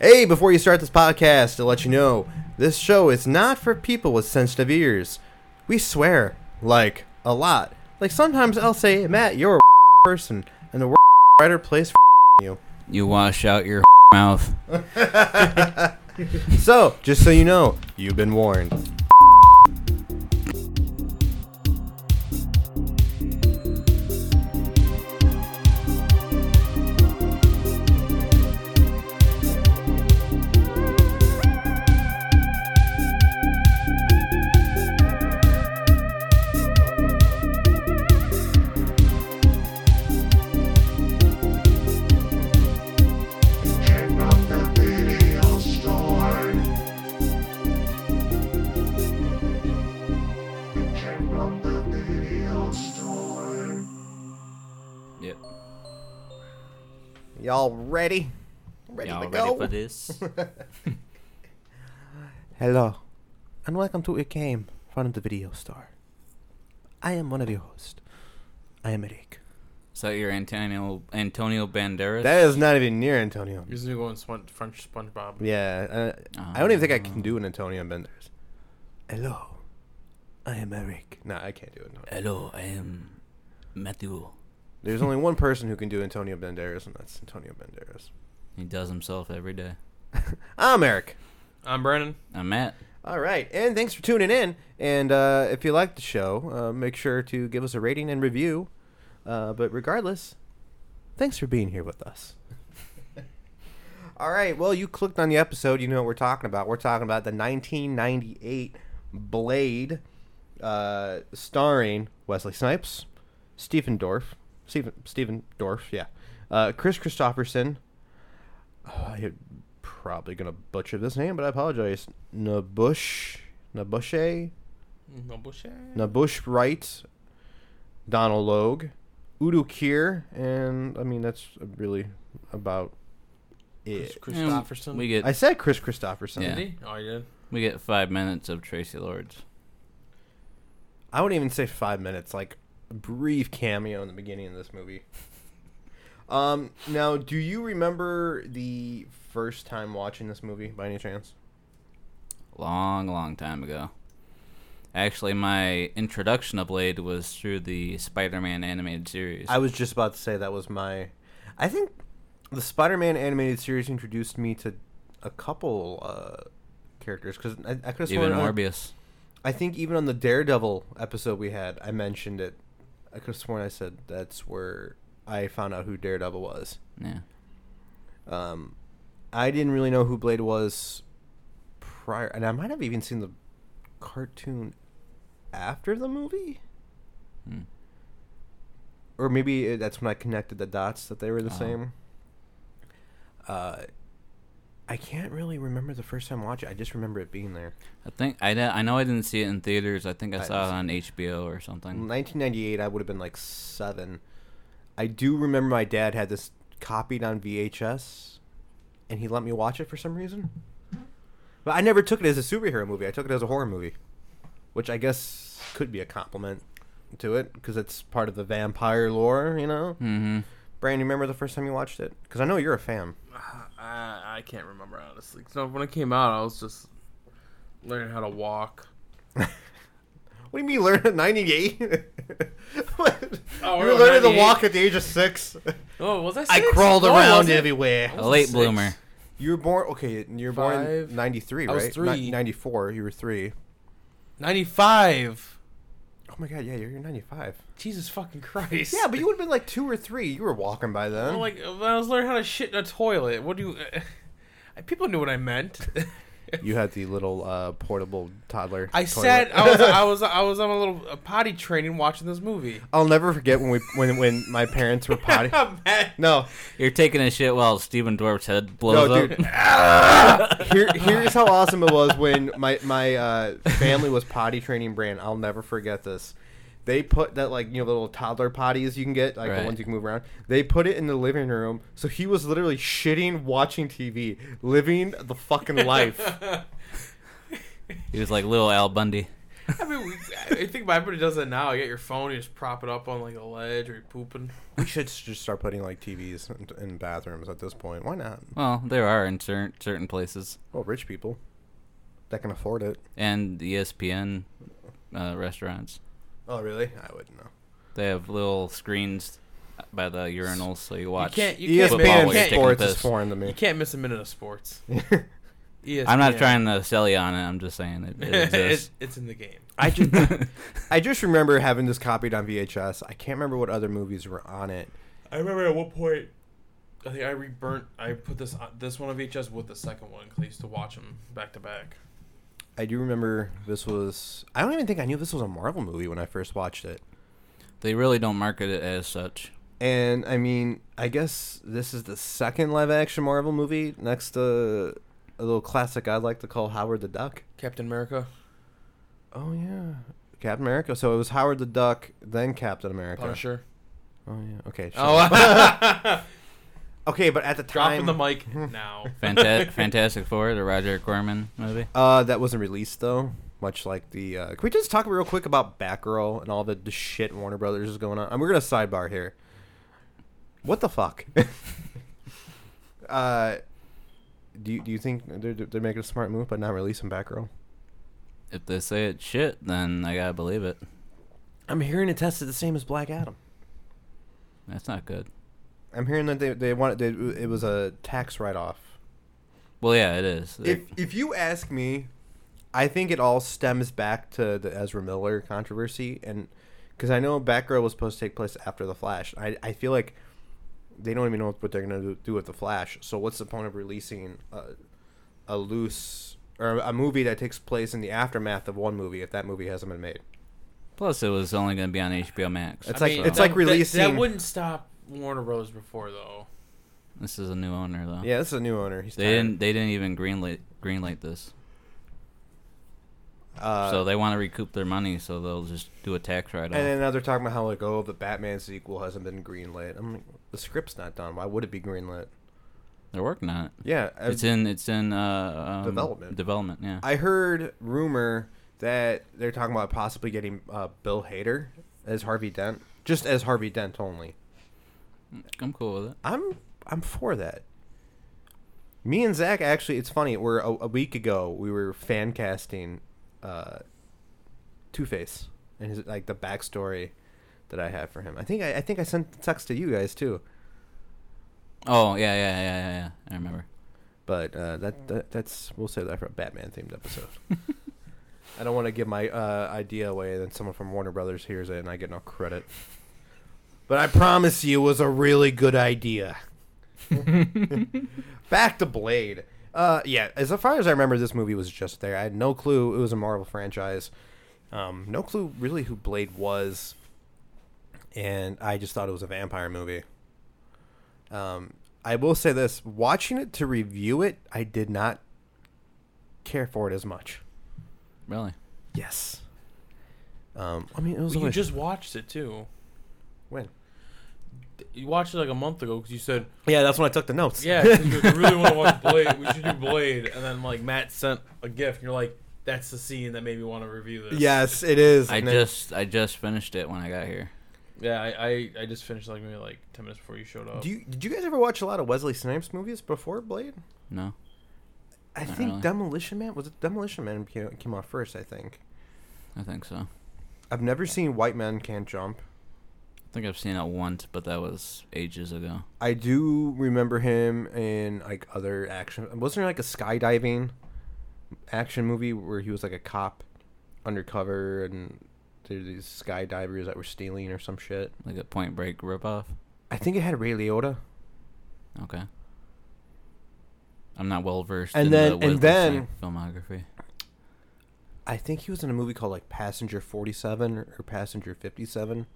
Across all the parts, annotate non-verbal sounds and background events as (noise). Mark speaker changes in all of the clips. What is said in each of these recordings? Speaker 1: Hey, before you start this podcast, to let you know, this show is not for people with sensitive ears. We swear, like, a lot. Like, sometimes I'll say, Matt, you're a (laughs) person, and the (laughs) worst writer place for you.
Speaker 2: You wash out your (laughs) mouth.
Speaker 1: So, just so you know, you've been warned.
Speaker 2: Yep.
Speaker 1: Y'all ready? Ready
Speaker 2: Y'all
Speaker 1: to
Speaker 2: ready
Speaker 1: go? (laughs)
Speaker 2: for this?
Speaker 1: Hello, and welcome to A Game from the Video Store. I am one of your hosts. I am Eric.
Speaker 2: Is that your Antonio Antonio Banderas?
Speaker 1: That is not even near Antonio.
Speaker 3: He's gonna go in Spon- French SpongeBob.
Speaker 1: Yeah, uh, I don't even think I can do an Antonio Banderas. Hello, I am Eric. No, I can't do it. No.
Speaker 2: Hello, I am Matthew.
Speaker 1: There's only one person who can do Antonio Banderas, and that's Antonio Banderas.
Speaker 2: He does himself every day.
Speaker 1: I'm Eric.
Speaker 3: I'm Brennan.
Speaker 2: I'm Matt.
Speaker 1: All right, and thanks for tuning in. And uh, if you like the show, uh, make sure to give us a rating and review. Uh, but regardless, thanks for being here with us. All right, well, you clicked on the episode. You know what we're talking about. We're talking about the 1998 Blade, uh, starring Wesley Snipes, Stephen Dorff, Stephen Stephen Dorff, yeah, uh, Chris Christopherson. Oh, I probably gonna butcher this name, but I apologize. Nabush, Nabushe,
Speaker 3: No bullshit.
Speaker 1: Nabush Wright, Donald Logue, Udo Kier, and I mean that's really about
Speaker 3: Chris
Speaker 1: it.
Speaker 3: Christopherson.
Speaker 2: And We get
Speaker 1: I said Chris Christopherson.
Speaker 2: Yeah.
Speaker 3: Did he? Oh, he did.
Speaker 2: we get five minutes of Tracy Lords.
Speaker 1: I wouldn't even say five minutes, like a brief cameo in the beginning of this movie. Um, now, do you remember the first time watching this movie by any chance?
Speaker 2: Long, long time ago. Actually, my introduction to Blade was through the Spider-Man animated series.
Speaker 1: I was just about to say that was my. I think the Spider-Man animated series introduced me to a couple uh, characters because I, I could have
Speaker 2: even
Speaker 1: sworn. on-
Speaker 2: Morbius.
Speaker 1: I think even on the Daredevil episode we had, I mentioned it. I could have sworn I said that's where I found out who Daredevil was.
Speaker 2: Yeah.
Speaker 1: Um, I didn't really know who Blade was prior, and I might have even seen the cartoon after the movie,
Speaker 2: Hmm.
Speaker 1: or maybe it, that's when I connected the dots that they were the
Speaker 2: Oh.
Speaker 1: same. Uh, I can't really remember the first time I watched it. I just remember it being there.
Speaker 2: I think I di- I know I didn't see it in theaters. I think I
Speaker 1: I
Speaker 2: saw it
Speaker 1: just-
Speaker 2: on HBO or something.
Speaker 1: 1998, I would have been like seven. I do remember my dad had this copied on VHS, and he let me watch it for some reason. But I never took it as a superhero movie. I took it as a horror movie, which I guess could be a compliment to it because it's part of the vampire lore, you know.
Speaker 2: Mm-hmm.
Speaker 1: Brandon, you remember the first time you watched it? Because I know you're a fan.
Speaker 3: Uh, I, I can't remember honestly. So when it came out, I was just learning how to walk.
Speaker 1: (laughs) What do you mean, learn at (laughs) 98? What?
Speaker 3: Oh,
Speaker 1: you
Speaker 3: we're
Speaker 1: Oh, were
Speaker 3: on
Speaker 1: learning to
Speaker 3: 98?
Speaker 1: walk at the age of six.
Speaker 3: Oh, was I? Six?
Speaker 1: I crawled
Speaker 3: No,
Speaker 1: around
Speaker 3: wasn't.
Speaker 1: everywhere.
Speaker 2: A late
Speaker 3: Six.
Speaker 2: bloomer.
Speaker 1: You were born okay. You were born
Speaker 3: Five.
Speaker 1: in '93,
Speaker 3: I
Speaker 1: right?
Speaker 3: was three.
Speaker 1: '94. You were three.
Speaker 3: Ninety-five.
Speaker 1: Oh my god, yeah, you're, you're '95.
Speaker 3: Jesus fucking Christ.
Speaker 1: Yeah, but you would have been like two or three. You were walking by then.
Speaker 3: Well, (laughs) like when I was learning how to shit in a toilet. What do you? (laughs) I- people knew what I meant.
Speaker 1: (laughs) you had the little uh, portable toddler.
Speaker 3: I
Speaker 1: toilet.
Speaker 3: said I
Speaker 1: (laughs)
Speaker 3: was I was I was on a little uh potty training watching this movie.
Speaker 1: I'll never forget when we when when my parents were potty.
Speaker 3: (laughs) Man.
Speaker 1: (laughs) No,
Speaker 2: You're taking a shit while Steven Dwarf's head blows
Speaker 1: no,
Speaker 2: up. (laughs)
Speaker 1: dude. (laughs) Here, here's how awesome it was when my my uh, family was potty training brand. I'll never forget this. They put that like you know the little toddler potties you can get like the
Speaker 2: Right.
Speaker 1: ones you can move around. They put it in the living room, so he was literally shitting, watching TV,
Speaker 2: (laughs)
Speaker 1: living the fucking life.
Speaker 2: He was like little Al Bundy.
Speaker 3: I mean, we, I think my everybody does that now. You got your phone, you just prop it up on like a ledge, or you're pooping.
Speaker 1: We should s- just start putting like TVs in, in bathrooms at this point. Why not?
Speaker 2: Well, there are in certain certain places,
Speaker 1: Well, rich people that can afford it.
Speaker 2: and E the ESPN uh, restaurants
Speaker 1: Oh, really? I wouldn't know.
Speaker 2: they have little screens by the urinals, so you watch.
Speaker 3: You can't. You can't,
Speaker 2: Football
Speaker 1: ESPN and
Speaker 2: while you're
Speaker 3: miss,
Speaker 2: taking a
Speaker 3: you
Speaker 1: sports is
Speaker 2: piss.
Speaker 1: foreign to me.
Speaker 3: can't, you can't miss a minute of sports. E ESPN.
Speaker 2: I'm not trying to sell you on it. I'm just saying it,
Speaker 3: (laughs)
Speaker 2: it
Speaker 3: it's,
Speaker 2: exists.
Speaker 3: it's in the game.
Speaker 1: I just I just remember having this copied on VHS. I can't remember what other movies were on it.
Speaker 3: I remember at one point, I think I reburnt. I put this on, this one on VHS with the second one because I used to watch them back to back.
Speaker 1: I do remember this was I don't even think I knew this was a Marvel movie when I first watched it.
Speaker 2: (laughs) they really don't market it as such.
Speaker 1: And I mean, I guess this is the second live action Marvel movie next to a little classic I'd like to call Howard the Duck.
Speaker 3: Captain America,
Speaker 1: Oh yeah. Captain America. So it was Howard the Duck, then Captain America.
Speaker 3: Punisher.
Speaker 1: Oh yeah. Okay. shut up.
Speaker 3: (laughs) Oh,
Speaker 1: okay, but at the time
Speaker 3: dropping the
Speaker 1: (laughs)
Speaker 3: mic now.
Speaker 2: Fanta- Fantastic Four, the Roger Corman movie.
Speaker 1: Uh, that wasn't released though. Much like the, uh, can we just talk real quick about Batgirl and all the, the shit Warner Brothers is going on? And we're gonna sidebar here. What the fuck? (laughs)
Speaker 2: (laughs)
Speaker 1: uh, do you, do you think they're they're making a smart move by not releasing Batgirl?
Speaker 2: If they say it's shit, then I gotta believe it.
Speaker 1: I'm hearing it tested the same as Black Adam.
Speaker 2: That's not good.
Speaker 1: I'm hearing that they they want they, it was a tax write off.
Speaker 2: Well, yeah, it is.
Speaker 1: If if you ask me, I think it all stems back to the Ezra Miller controversy, and because I know Batgirl was supposed to take place after the Flash, I I feel like they don't even know what they're gonna do- do with the Flash. So what's the point of releasing a, a loose or a movie that takes place in the aftermath of one movie if that movie hasn't been made?
Speaker 2: Plus, it was only going to be on HBO Max.
Speaker 1: It's like-
Speaker 2: so-
Speaker 1: it's like
Speaker 3: that-
Speaker 1: releasing-
Speaker 3: That, that wouldn't stop Warner Bros. before though.
Speaker 2: this is a new owner though.
Speaker 1: Yeah, this is a new owner. He's
Speaker 2: Oh. They
Speaker 1: tired.
Speaker 2: didn't. They didn't even greenlight greenlight this.
Speaker 1: Uh,
Speaker 2: so they want to recoup their money, so they'll just do a tax write
Speaker 1: and
Speaker 2: off.
Speaker 1: then now they're talking about how like oh the Batman sequel hasn't been greenlit. I'm like the script's not done. Why would it be greenlit?
Speaker 2: They're working on it.
Speaker 1: Yeah, I-
Speaker 2: It's in. It's in. Uh, um,
Speaker 1: Development.
Speaker 2: Development. Yeah.
Speaker 1: I heard rumor that they're talking about possibly getting uh, Bill Hader as Harvey Dent, just as Harvey Dent only.
Speaker 2: I'm cool with it.
Speaker 1: I'm I'm for that. Me and Zach actually, it's funny. We're a, a week ago we were fan casting uh, Two Face and his, like the backstory that I have for him. I think I, I think I sent the text to you guys too,
Speaker 2: Oh yeah, yeah, yeah, yeah, yeah. I remember.
Speaker 1: but uh, that, that that's we'll save that for a Batman themed episode. I don't want to give my uh, idea away, and then someone from Warner Brothers hears it, and I get no credit. But I promise you, it was a really good idea. (laughs) Back to Blade. Uh, yeah, as far as I remember, this movie was just there. I had no clue it was a Marvel franchise. Um, no clue really who Blade was, and I just thought it was a vampire movie. Um, I will say this: watching it to review it, I did not care for it as much.
Speaker 2: Really.
Speaker 1: Yes. Um, I mean, it was
Speaker 3: Well, you
Speaker 1: only
Speaker 3: just watched it too.
Speaker 1: when.
Speaker 3: You watched it like a month ago because you said,
Speaker 1: Yeah, that's when I took the notes.
Speaker 3: (laughs)
Speaker 1: (laughs)
Speaker 3: "Yeah, 'cause you really want to watch Blade. We should do Blade." And then like Matt sent a gift. And you're like, "That's the scene that made me want to review this."
Speaker 1: Yes, it is.
Speaker 2: I
Speaker 1: And it-
Speaker 2: just. I just finished it when I got here.
Speaker 3: Yeah, I, I, I just finished like maybe like ten minutes before you showed up.
Speaker 1: Do you, did you guys ever watch a lot of Wesley Snipes movies before Blade?
Speaker 2: No.
Speaker 1: I
Speaker 2: Not
Speaker 1: think
Speaker 2: really.
Speaker 1: Demolition Man was it Demolition Man came, came out first. I think
Speaker 2: I think so. I
Speaker 1: I've never seen White Man Can't Jump.
Speaker 2: think I've seen it once, but that was ages ago.
Speaker 1: I do remember him in like other action. Wasn't there like a skydiving action movie where he was like a cop undercover and there's these skydivers that were stealing or some shit?
Speaker 2: Like a Point Break ripoff.
Speaker 1: I think it had Ray Liotta.
Speaker 2: Okay. I'm not well versed
Speaker 1: And
Speaker 2: in
Speaker 1: then-
Speaker 2: the
Speaker 1: and
Speaker 2: Wesley
Speaker 1: then-
Speaker 2: Snipes filmography.
Speaker 1: I think he was in a movie called like Passenger 47 or or Passenger 57.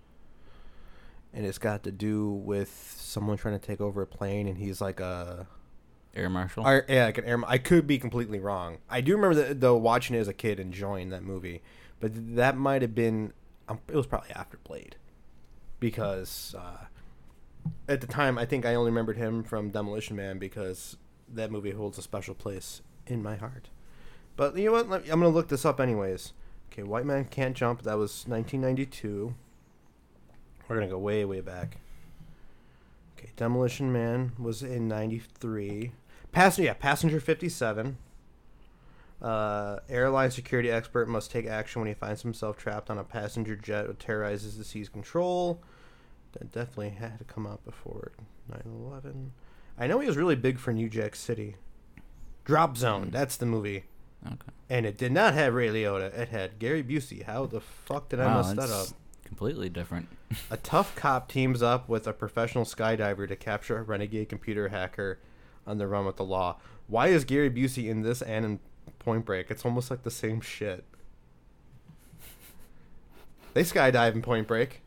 Speaker 1: And it's got to do with someone trying to take over a plane and he's like a
Speaker 2: Air Marshal.
Speaker 1: I, yeah, like an airman. I could be completely wrong. I do remember that though watching it as a kid enjoying that movie. But that might have been um, it was probably after Blade. Because uh, at the time I think I only remembered him from Demolition Man because that movie holds a special place in my heart. But you know what? Let- I'm going to look this up anyways. Okay, White Man Can't Jump. That was 1992. We're gonna go way, way back. Okay, Demolition Man was in '93. Passenger, yeah, Passenger 57. Uh, airline security expert must take action when he finds himself trapped on a passenger jet that terrorizes the seas control. That definitely had to come out before 9/11. I know he was really big for New Jack City. Drop Zone. That's the movie.
Speaker 2: Okay.
Speaker 1: And it did not have Ray Liotta. It had Gary Busey. How the fuck did I
Speaker 2: Wow,
Speaker 1: mess that up?
Speaker 2: that's completely different. (laughs)
Speaker 1: A tough cop teams up with a professional skydiver to capture a renegade computer hacker on the run with the law. Why is Gary Busey in this and in Point Break? It's almost like the same shit. They skydive in Point Break.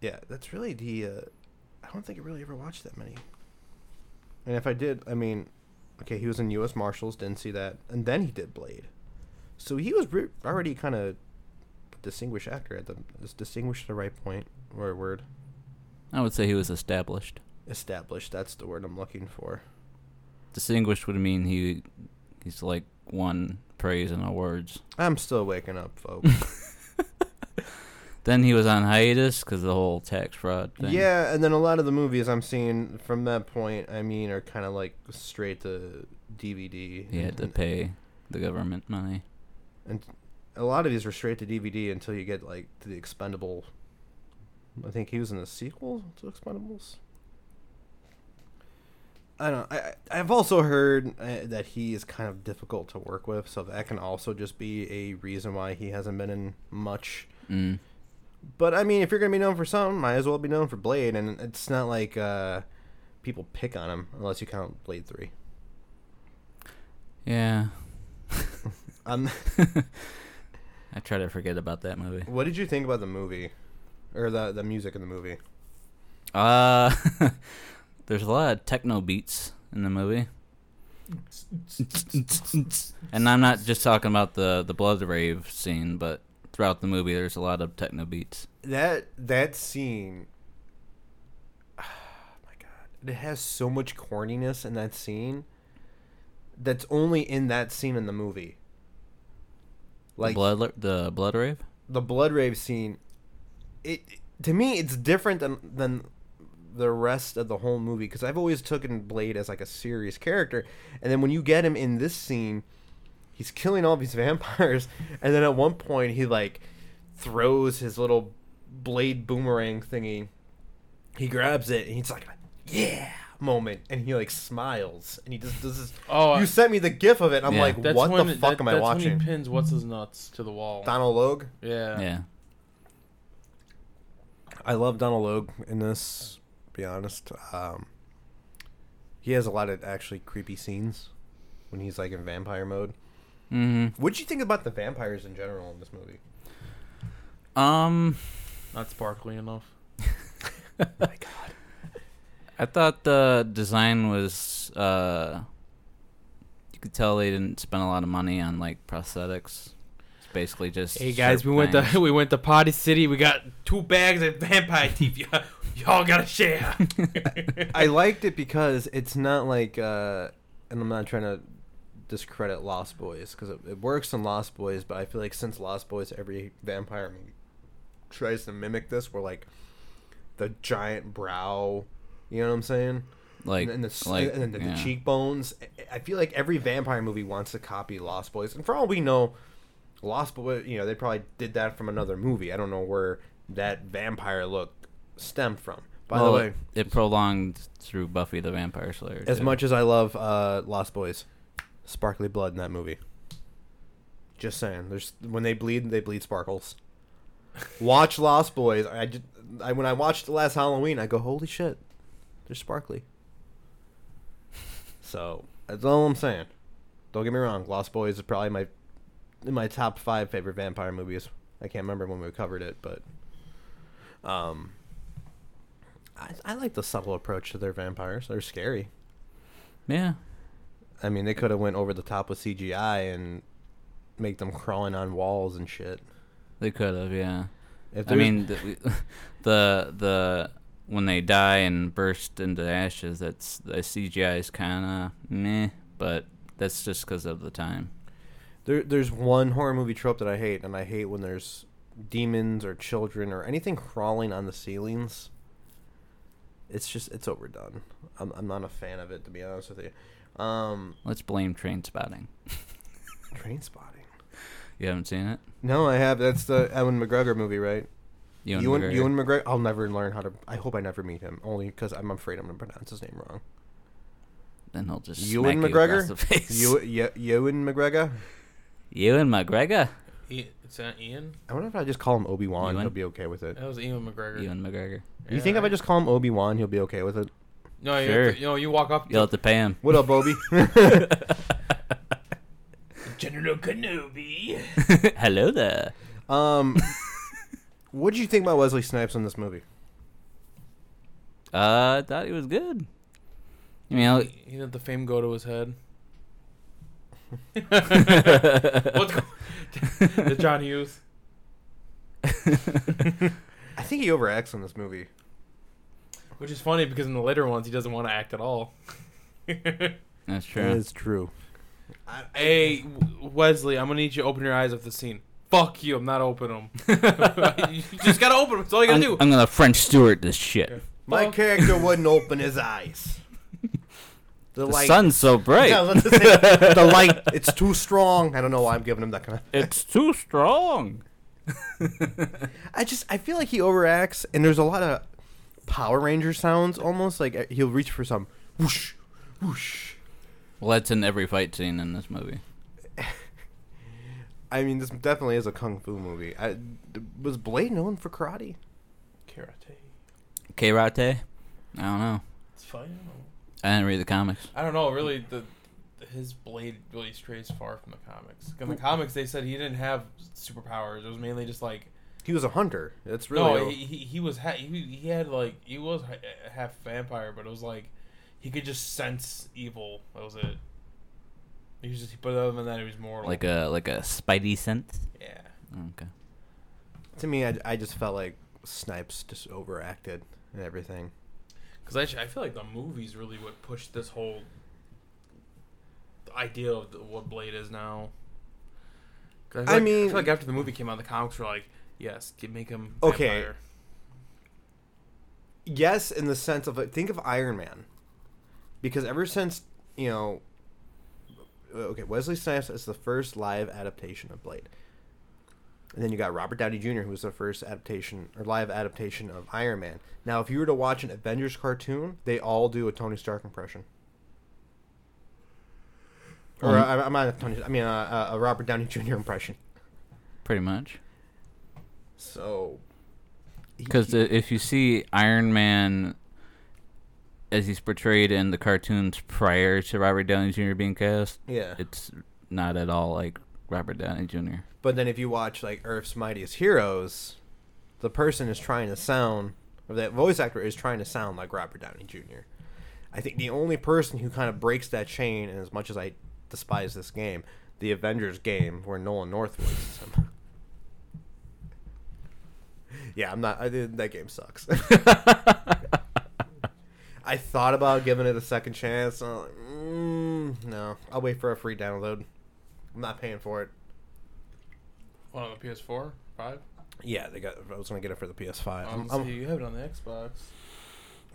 Speaker 1: Yeah, that's really the. Uh, I don't think I really ever watched that many. And if I did, I mean, okay, he was in U.S. Marshals, didn't see that, and then he did Blade, so he was re- already kind of distinguished actor at the is distinguished the right point or word
Speaker 2: I would say he was established.
Speaker 1: established that's the word i'm looking for
Speaker 2: Distinguished would mean he he's like won praise and awards.
Speaker 1: i'm still waking up (laughs) folks
Speaker 2: Then he was on hiatus because the whole tax fraud thing.
Speaker 1: yeah and then a lot of the movies i'm seeing from that point i mean are kind of like straight to dvd
Speaker 2: he had to
Speaker 1: And-
Speaker 2: pay the government money.
Speaker 1: and a lot of these were straight to dvd until you get like to the expendable i think he was in the sequel to expendables I don't. I I- I've also heard uh, that he is kind of difficult to work with, so that can also just be a reason why he hasn't been in much.
Speaker 2: Mm.
Speaker 1: But I mean, if you're gonna be known for something, might as well be known for Blade, and it's not like uh, people pick on him unless you count Blade Three.
Speaker 2: Yeah.
Speaker 1: Um,
Speaker 2: (laughs) I try to forget about that movie.
Speaker 1: what did you think about the movie, or the the music in the movie?
Speaker 2: Uh, (laughs) there's a lot of techno beats in the movie. And I'm not just talking about the, the blood rave scene, but throughout the movie, there's a lot of techno beats.
Speaker 1: that that scene (sighs) oh my god it has so much corniness in that scene that's only in that scene in the movie like
Speaker 2: the blood, la- the blood rave.
Speaker 1: the blood rave scene it to me it's different than than the rest of the whole movie because i've always taken blade as like a serious character and then when you get him in this scene he's killing all these (laughs) vampires and then at one point he like throws his little blade boomerang thingy he grabs it and he's like yeah moment and he like smiles and he just does this
Speaker 3: Oh,
Speaker 1: you sent me the gif of it and i'm
Speaker 2: Yeah.
Speaker 1: like
Speaker 3: that's
Speaker 1: what
Speaker 3: when,
Speaker 1: the fuck
Speaker 3: that-
Speaker 1: am i
Speaker 3: that's When
Speaker 1: watching
Speaker 3: he pins what's his nuts to the wall.
Speaker 1: donald logue
Speaker 3: Yeah.
Speaker 2: Yeah,
Speaker 1: I love Donald Logue in this. to Be honest, um, he has a lot of actually creepy scenes when he's like in vampire mode.
Speaker 2: hmm
Speaker 1: What'd you think about the vampires in general in this movie?
Speaker 2: Um,
Speaker 3: Not sparkly enough.
Speaker 1: my God,
Speaker 2: I thought the design was. Uh, you could tell they didn't spend a lot of money on like prosthetics. It's basically just.
Speaker 4: Hey guys,
Speaker 2: sharp
Speaker 4: we went
Speaker 2: fangs.
Speaker 4: to (laughs) we went to Potty City. We got
Speaker 3: Two bags of vampire
Speaker 4: (laughs)
Speaker 3: teeth. y- Y'all gotta share.
Speaker 1: I liked it because it's not like, uh, and I'm not trying to discredit Lost Boys because it, it works in Lost Boys, but I feel like since Lost Boys, every vampire movie tries to mimic this, where like the giant brow, you know what I'm saying?
Speaker 2: like,
Speaker 1: and, and the,
Speaker 2: like
Speaker 1: and the, the
Speaker 2: yeah.
Speaker 1: cheekbones. I- I feel like every vampire movie wants to copy Lost Boys, and for all we know, Lost Boys, you know, they probably did that from another movie. I don't know where that vampire look stemmed from. By
Speaker 2: Well,
Speaker 1: the way,
Speaker 2: it, it prolonged through Buffy the Vampire Slayer.
Speaker 1: as
Speaker 2: too.
Speaker 1: much as I love uh, Lost Boys, sparkly blood in that movie. Just saying, there's when they bleed, they bleed sparkles. (laughs) Watch Lost Boys. I, just, I when I watched the last Halloween, I go, holy shit, they're sparkly. So that's all I'm saying. Don't get me wrong, Lost Boys is probably my in my top five favorite vampire movies. I can't remember when we covered it, but um, I, I like the subtle approach to their vampires. They're scary.
Speaker 2: yeah,
Speaker 1: I mean, they could have went over the top with CGI and make them crawling on walls and shit.
Speaker 2: they could have. Yeah,
Speaker 1: If
Speaker 2: I
Speaker 1: there's-
Speaker 2: mean the, (laughs) the the when they die and burst into ashes, that's the CGI is kind of meh, but that's just because of the time.
Speaker 1: There, there's one horror movie trope that I hate, and I hate when there's demons or children or anything crawling on the ceilings. It's just it's overdone. I'm I'm not a fan of it to be honest with you. Um,
Speaker 2: Let's blame train spotting.
Speaker 1: train spotting.
Speaker 2: You haven't seen it?
Speaker 1: No, I have. That's the Ewan McGregor movie, right?
Speaker 2: Ewan
Speaker 1: Ewan
Speaker 2: McGregor.
Speaker 1: McGregor. McGregor. I'll never learn how to. I hope I never meet him, only because I'm afraid I'm gonna pronounce his name
Speaker 2: (laughs)
Speaker 1: wrong.
Speaker 2: Then he'll just
Speaker 1: Ewan
Speaker 2: smack You
Speaker 1: McGregor?
Speaker 2: across the face.
Speaker 1: Ew- Ye- Ewan McGregor.
Speaker 2: (laughs) Ewan McGregor.
Speaker 3: Ian, it's not Ian.
Speaker 1: I wonder if I just call him Obi Wan,
Speaker 2: Ewan? Oh,
Speaker 1: he'll be okay with it.
Speaker 3: That was Ian McGregor.
Speaker 2: Ewan McGregor.
Speaker 1: you
Speaker 3: Yeah,
Speaker 1: think if I
Speaker 3: right.
Speaker 1: just call him Obi Wan, he'll be okay with it?
Speaker 3: No, you,
Speaker 2: Sure.
Speaker 3: have to, you know, you walk up.
Speaker 2: You'll have
Speaker 3: To
Speaker 2: to pay him.
Speaker 1: What up, Obi?
Speaker 2: (laughs)
Speaker 3: General Kenobi.
Speaker 2: (laughs)
Speaker 3: (laughs)
Speaker 2: Hello there.
Speaker 1: um, what did you think about Wesley Snipes in this (laughs) movie?
Speaker 2: (laughs) Uh, I thought he was good. You know,
Speaker 1: (laughs)
Speaker 3: He- He let the fame go to
Speaker 2: (laughs)
Speaker 3: his head. What's
Speaker 2: What's
Speaker 3: going (laughs) The John Hughes.
Speaker 1: I think he overacts in this movie.
Speaker 3: Which is funny because in the later ones, he doesn't want to act at (laughs) all.
Speaker 2: That's true.
Speaker 1: true.
Speaker 3: hey, W- Wesley, I'm going to need you to open your eyes up the scene. Fuck you, I'm
Speaker 2: (laughs)
Speaker 3: not opening them. (laughs) you just got to open them. That's all you got
Speaker 2: I'm,
Speaker 3: to do.
Speaker 2: I'm gonna French Stewart this shit.
Speaker 3: Yeah.
Speaker 1: My
Speaker 3: Fuck.
Speaker 1: character wouldn't open his eyes.
Speaker 2: (laughs)
Speaker 1: The,
Speaker 2: The
Speaker 1: light.
Speaker 2: sun's so
Speaker 1: (laughs)
Speaker 2: bright.
Speaker 1: Yeah, I was about to say, the light. It's too strong. I don't know why I'm giving him that kind of.
Speaker 2: It's too strong.
Speaker 1: I just I feel like he overacts, and there's a lot of Power Ranger sounds almost like uh, he'll reach for some whoosh, whoosh.
Speaker 2: Well, that's in every fight scene in this movie.
Speaker 1: I mean, this definitely is a kung fu movie. I, th- was Blade known for karate?
Speaker 3: Karate.
Speaker 2: Karate. I don't know.
Speaker 3: It's fine.
Speaker 2: I didn't read the comics.
Speaker 3: I don't know. Really, the his blade really strays far from the comics. In the comics, they said he didn't have superpowers. It was mainly just like
Speaker 1: He was a hunter. That's really
Speaker 3: no. He, he he was ha- he, he had like he was ha- half vampire, but it was like he could just sense evil. That was it. He was just, but other than that, he was mortal.
Speaker 2: Like a like a Spidey sense.
Speaker 3: yeah.
Speaker 2: Okay.
Speaker 1: to me. I, I just felt like Snipes just overacted and everything.
Speaker 3: Because actually, I feel like the movies really would push this whole idea of the, what Blade is now. 'Cause feel
Speaker 1: I
Speaker 3: like-
Speaker 1: mean-
Speaker 3: feel like after the movie came out, the comics were like, "Yes, get, make him
Speaker 1: Okay.
Speaker 3: vampire."
Speaker 1: Yes, in the sense of like, think of Iron Man, because ever since you know, okay, Wesley Snipes is the first live adaptation of Blade, and then you got Robert Downey Jr., who was the first adaptation or live adaptation of Iron Man. Now, if you were to watch an Avengers cartoon, they all do a Tony Stark impression. Or
Speaker 2: Um,
Speaker 1: I, I'm not a Tony. I mean, uh, uh, a Robert Downey Jr. impression.
Speaker 2: Pretty much.
Speaker 1: So, he-
Speaker 2: Because
Speaker 1: he-
Speaker 2: if you see Iron Man as he's portrayed in the cartoons prior to Robert Downey Jr. being cast,
Speaker 1: yeah,
Speaker 2: it's not at all like Robert Downey (laughs) Jr.
Speaker 1: But then if you watch like Earth's Mightiest Heroes, the person is trying to sound, or that voice actor is trying to sound like Robert Downey Jr. I think the only person who kind of breaks that chain, and as much as I despise this game, the Avengers game where Nolan North voices him. (laughs) yeah, I'm not. I did, that game sucks. (laughs) I thought about giving it a second chance. and I'm like, mm, no, I'll wait for a free download. I'm not paying for it.
Speaker 3: What on the PS4, five?
Speaker 1: Yeah, they got. I was gonna get it for the PS5.
Speaker 3: Um,
Speaker 1: I'm, I'm,
Speaker 3: see, you have it on the Xbox.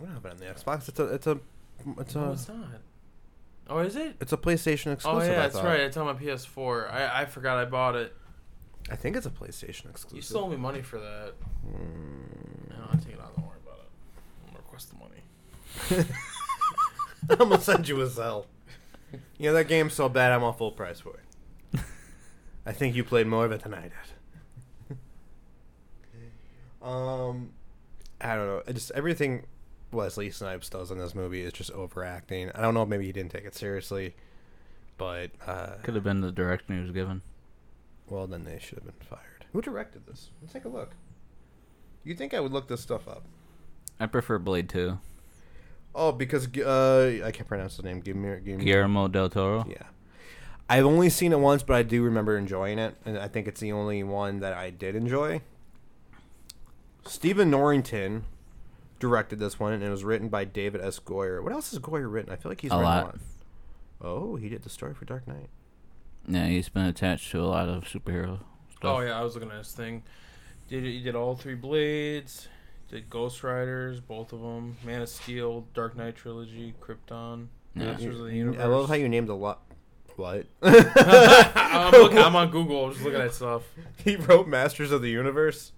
Speaker 1: I don't have it on the Xbox. It's a. It's a. It's
Speaker 3: No,
Speaker 1: a.
Speaker 3: it's not. Oh, is it?
Speaker 1: It's a PlayStation exclusive.
Speaker 3: oh
Speaker 1: I
Speaker 3: yeah, that's
Speaker 1: thought.
Speaker 3: right. It's on my PS4. I I forgot I bought it.
Speaker 1: I think it's a PlayStation exclusive. Hmm.
Speaker 3: You still owe me money for that. No, I'll take it out. Don't worry about it. I'm gonna request the money.
Speaker 1: (laughs) I'm gonna send you a Zell. You know that game's so bad, I'm on full price for it. I think you played more of it than
Speaker 3: (laughs)
Speaker 1: I did. um, I don't know. It Just everything Wesley Snipes does in this movie is just overacting. I don't know. Maybe he didn't take it seriously, but uh,
Speaker 2: Could have been the direction he was given.
Speaker 1: Well, then they should have been fired. Who directed this? Let's take a look. You think I would look this stuff up?
Speaker 2: I prefer Blade 2.
Speaker 1: Oh, because uh, I can't pronounce the name. Give me, give me.
Speaker 2: Guillermo del Toro.
Speaker 1: Yeah, I've only seen it once, but I do remember enjoying it, and I think it's the only one that I did enjoy. Stephen Norrington directed this one, and it was written by David S. Goyer. What else has Goyer written? I feel like he's
Speaker 2: A
Speaker 1: written
Speaker 2: lot.
Speaker 1: Oh, he did the story for Dark Knight.
Speaker 2: Yeah, he's been attached to a lot of superhero stuff.
Speaker 3: Oh yeah, I was looking at his thing. Did he did all three Blades? Did Ghost Riders, both of them, Man of Steel, Dark Knight trilogy,
Speaker 1: (laughs)
Speaker 3: Krypton, (laughs)
Speaker 2: Yeah.
Speaker 3: Masters of the
Speaker 1: You-
Speaker 3: Universe.
Speaker 1: I love how you named a lot.
Speaker 2: (laughs)
Speaker 1: What? (laughs)
Speaker 3: I'm, looking, I'm on Google. I'm just looking at stuff.
Speaker 1: (laughs) he wrote Masters of the Universe.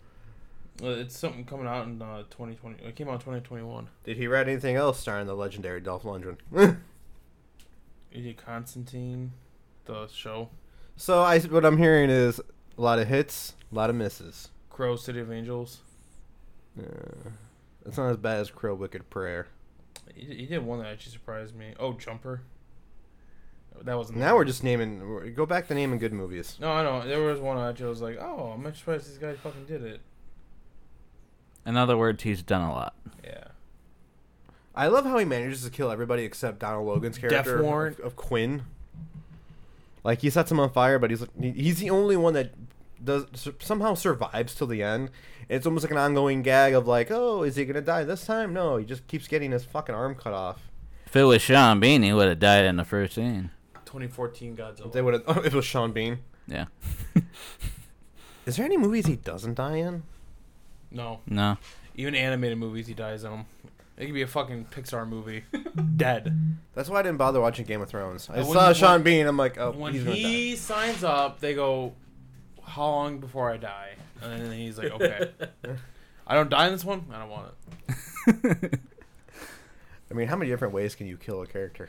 Speaker 3: Uh, It's something coming out in uh, 2020. It came out in 2021.
Speaker 1: Did he write anything else starring the legendary Dolph Lundgren? (laughs)
Speaker 3: You did Constantine, the show,
Speaker 1: so I, what I'm hearing is a lot of hits, a lot of misses.
Speaker 3: Crow, City of Angels.
Speaker 1: Yeah. It's not as bad as Crow Wicked Prayer.
Speaker 3: He did- he did one that actually surprised me. Oh, Jumper. That wasn't.
Speaker 1: Now we're just naming. we're- Go back to naming good movies.
Speaker 3: No, I know. There was one I actually was like, oh, I'm actually surprised this guy fucking did it.
Speaker 2: In other words, he's done a lot.
Speaker 3: Yeah.
Speaker 1: I love how he manages to kill everybody except Donald Logan's
Speaker 3: Death
Speaker 1: character of-
Speaker 3: Warrant.
Speaker 1: Of, Quinn. Like he sets him on fire, but he's like he- he's the only one that does sur- somehow survives till the end. And it's almost like an ongoing gag of like, oh, is he gonna die this time? No, he just keeps getting his fucking arm cut off.
Speaker 2: If it was Sean Bean, he would have died in the first scene.
Speaker 3: 2014 Godzilla.
Speaker 1: If They would have. (laughs) if it was Sean Bean.
Speaker 2: Yeah.
Speaker 1: Is there any movies he doesn't die in?
Speaker 3: no,
Speaker 1: (laughs)
Speaker 2: No.
Speaker 3: even animated movies, he dies in 'em. It could be a fucking Pixar movie. (laughs) Dead.
Speaker 1: That's why I didn't bother watching Game of Thrones. I
Speaker 3: And when
Speaker 1: saw
Speaker 3: he-
Speaker 1: Sean Bean. I'm like, oh,
Speaker 3: when
Speaker 1: he's gonna die.
Speaker 3: he signs up, they go, "How long before I die?" And then he's like,
Speaker 1: (laughs)
Speaker 3: "Okay, I don't die in this one. I don't want it."
Speaker 1: I mean, how many different ways can you kill a character?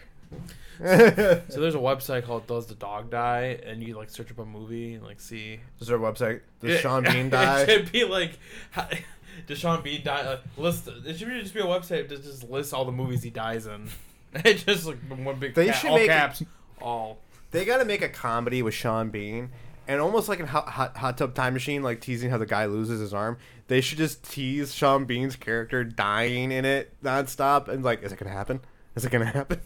Speaker 3: So there's a website called "Does the Dog Die?" and you like search up a movie and like see.
Speaker 1: (laughs) Is there a website? Does
Speaker 3: Yeah.
Speaker 1: Sean Bean die?
Speaker 3: (laughs) it should be like, how- (laughs) "Does Sean Bean die?" Like, list. It should be just be a website that just lists all the movies he dies in. (laughs) It just like one big.
Speaker 1: They
Speaker 3: ca-
Speaker 1: should
Speaker 3: all
Speaker 1: make-
Speaker 3: caps. All.
Speaker 1: They got to make a comedy with Sean Bean, and almost like in hot, hot, hot Tub Time Machine, like teasing how the guy loses his arm. They should just tease Sean Bean's character dying in it nonstop, and like, is it gonna happen? Is it gonna (laughs) happen?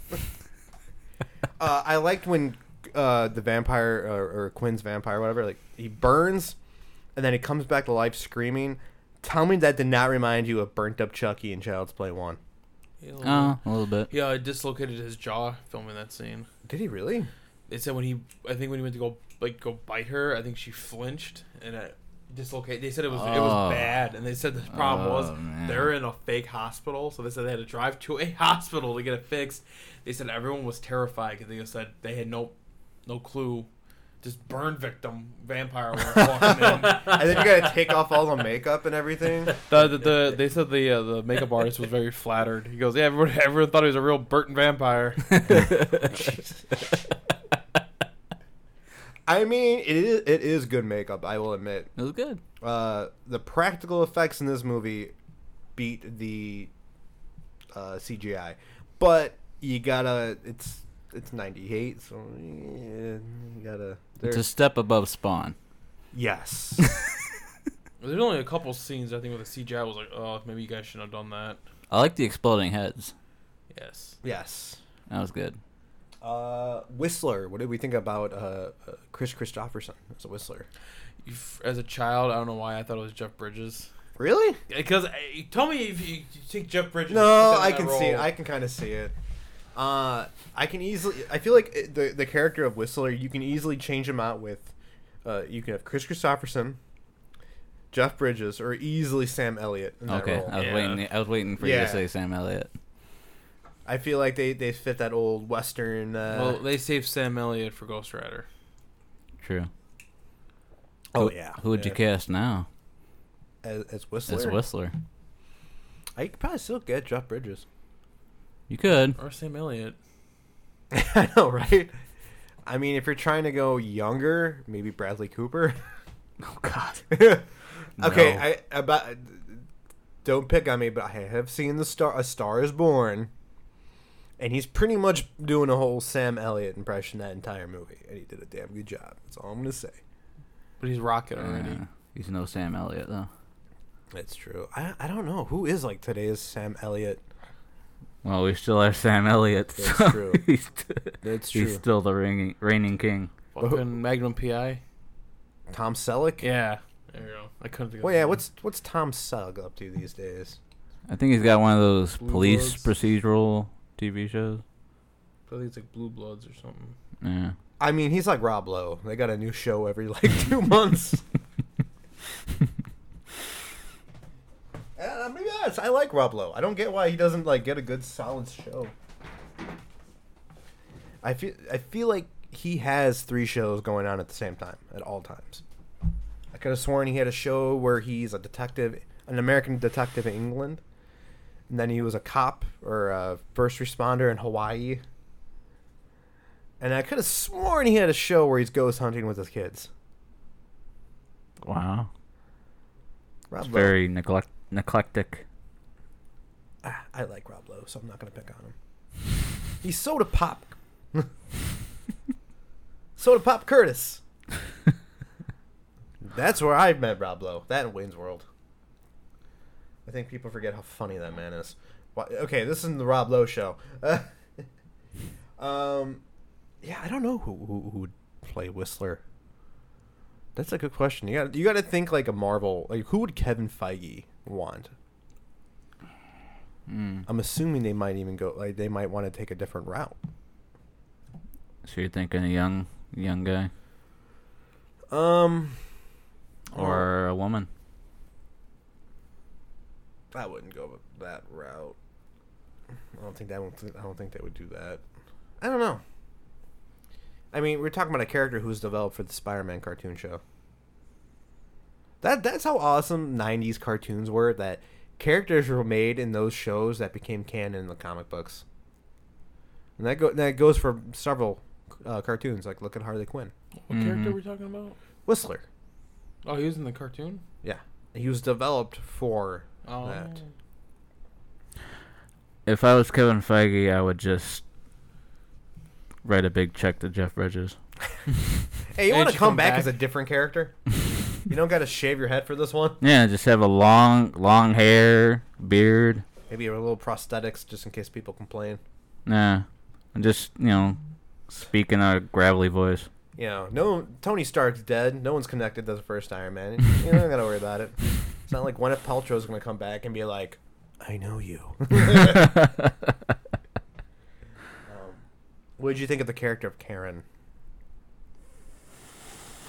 Speaker 1: uh, I liked when uh, the vampire uh, or, or Quinn's vampire, whatever, like he burns, and then he comes back to life screaming. Tell me that did not remind you of burnt up Chucky in Child's Play One.
Speaker 2: Oh, a
Speaker 1: (laughs)
Speaker 2: little bit.
Speaker 3: Yeah, I dislocated his jaw filming that scene.
Speaker 1: Did he really?
Speaker 3: They said when he, I think when he went to go like go bite her, I think she flinched and it dislocated. They said it was it
Speaker 2: Oh.
Speaker 3: was bad, and they said the problem
Speaker 2: Oh,
Speaker 3: was
Speaker 2: man.
Speaker 3: they're in a fake hospital, so they said they had to drive to a (laughs) hospital to get it fixed. They said everyone was terrified because they said they had no no clue. Just burn victim vampire were walking in.
Speaker 1: (laughs) And then you gotta take off all the makeup and everything.
Speaker 3: (laughs) The, the, the, they said the uh, the makeup artist was very flattered. He goes, "Yeah, everyone, everyone thought he was a real Burton (laughs) vampire."
Speaker 1: I mean, it is it is good makeup. I will admit.
Speaker 2: It was good.
Speaker 1: Uh, the practical effects in this movie beat the uh, CGI, but you gotta it's it's ninety eight, so eh, you gotta.
Speaker 2: It's
Speaker 1: there-
Speaker 2: a step above
Speaker 1: (laughs)
Speaker 2: Spawn.
Speaker 1: yes, (laughs)
Speaker 3: There's only a couple scenes I think with the CGI was like, "Oh, maybe you guys shouldn't have done that."
Speaker 2: I like the exploding heads.
Speaker 3: Yes.
Speaker 1: yes.
Speaker 2: That was good.
Speaker 1: Uh, Whistler. What did we think about uh, uh, Chris Christopherson as a Whistler?
Speaker 3: If- As a child, I don't know why I thought it was Jeff Bridges.
Speaker 1: Really?
Speaker 3: Because tell me if you, you take Jeff Bridges.
Speaker 1: No,
Speaker 3: and put him in
Speaker 1: I
Speaker 3: that
Speaker 1: can see it.
Speaker 3: role.
Speaker 1: I can kind of see it. Uh, I can easily. I feel like it- the the character of Whistler, you can easily change him out with. Uh, you can have Chris Christopherson, Jeff Bridges, or easily Sam Elliott in that
Speaker 2: Okay,
Speaker 1: role.
Speaker 2: I was
Speaker 3: Yeah.
Speaker 2: waiting. I was waiting for you
Speaker 1: Yeah.
Speaker 2: to say Sam Elliott.
Speaker 1: I feel like they, they fit that old Western. Uh,
Speaker 3: well, they saved Sam Elliott for Ghost Rider.
Speaker 2: True.
Speaker 1: oh
Speaker 2: Who-
Speaker 1: yeah,
Speaker 2: Who would you
Speaker 1: Yeah.
Speaker 2: cast now
Speaker 1: as, as Whistler?
Speaker 2: as Whistler?
Speaker 1: I could probably still get Jeff Bridges.
Speaker 2: You could.
Speaker 3: Or Sam Elliott.
Speaker 1: (laughs) I know, right? I mean, if you're trying to go younger, maybe Bradley Cooper. (laughs)
Speaker 2: Oh God.
Speaker 1: okay,
Speaker 2: No.
Speaker 1: I about don't pick on me, but I have seen the star A Star Is Born, and he's pretty much doing a whole Sam Elliott impression that entire movie, and he did a damn good job. That's all I'm gonna say.
Speaker 3: But he's rocket already.
Speaker 2: he's no Sam Elliott though.
Speaker 1: That's true. I I don't know who is like today's Sam Elliott.
Speaker 2: Well, we still have Sam Elliott.
Speaker 1: That's
Speaker 2: so
Speaker 1: true.
Speaker 2: (laughs) He's, t-
Speaker 1: That's
Speaker 2: he's still the reigning, reigning king.
Speaker 3: Fucking Magnum PI.
Speaker 1: Tom Selleck.
Speaker 3: Yeah. There you go. I couldn't think.
Speaker 1: Well,
Speaker 3: of
Speaker 1: yeah. What's what's Tom Selleck up to these days?
Speaker 2: I think he's got one of those
Speaker 3: Blue
Speaker 2: police
Speaker 3: Bloods.
Speaker 2: procedural TV shows.
Speaker 3: I think it's like Blue Bloods or something.
Speaker 2: (laughs) Yeah.
Speaker 1: I mean, he's like Rob Lowe. They got a new show every like (laughs) two months. and I'm gonna be honest, I like Rob Lowe. I don't get why he doesn't like get a good solid show. I feel I feel like he has three shows going on at the same time at all times. I could have sworn he had a show where he's a detective, an American detective in England, and then he was a cop or a first responder in Hawaii. And I could have sworn he had a show where he's ghost hunting with his kids.
Speaker 2: Wow.
Speaker 1: Rob
Speaker 2: It's
Speaker 1: Lowe.
Speaker 2: very neglect- neglectic.
Speaker 1: Ah, I like Rob Lowe, so I'm not gonna pick on him. He's soda
Speaker 2: (laughs)
Speaker 1: pop. (laughs) soda pop Curtis. That's where I met Rob Lowe. That and Wayne's World. I think people forget how funny that man is. Why- Okay, this isn't the Rob Lowe show. (laughs) um, yeah, I don't know who, who who would play Whistler. That's a good question. You got you got to think like a Marvel. Like who would Kevin Feige want?
Speaker 2: Mm.
Speaker 1: I'm assuming they might even go like they might want to take a different route.
Speaker 2: So you're thinking a young, young guy
Speaker 1: Um,
Speaker 2: or a woman?
Speaker 1: I wouldn't go that route. I don't think that would, I don't think they would do that. I don't know. I mean, we're talking about a character who was developed for the Spider-Man cartoon show. That that's how awesome '90s cartoons were. That characters were made in those shows that became canon in the comic books. And that go that goes for several uh, cartoons. Like look at Harley Quinn,
Speaker 3: What character
Speaker 2: Mhm.
Speaker 3: are we talking about?
Speaker 1: Whistler.
Speaker 3: Oh, he was in the cartoon.
Speaker 1: He was developed for
Speaker 3: Oh,
Speaker 1: That.
Speaker 2: If I was Kevin Feige, I would just write a big check to Jeff Bridges.
Speaker 1: Hey, you
Speaker 3: And
Speaker 1: want to
Speaker 3: she
Speaker 1: come
Speaker 3: come
Speaker 1: back,
Speaker 3: back.
Speaker 1: as a different character? you don't got to shave your head for this one.
Speaker 2: (laughs) Yeah, just have a long, long hair, beard.
Speaker 1: Maybe a little prosthetics just in case people complain.
Speaker 2: Nah, and just you know, speak in a
Speaker 1: (laughs)
Speaker 2: gravelly voice.
Speaker 1: You know, no Tony Stark's dead. No one's connected to the first Iron Man. You don't got to worry about it. It's not like Gwyneth Paltrow's going to come back and be like, "I know you." (laughs) Um,
Speaker 2: Mm-hmm.
Speaker 1: what did you think of the character of Karen?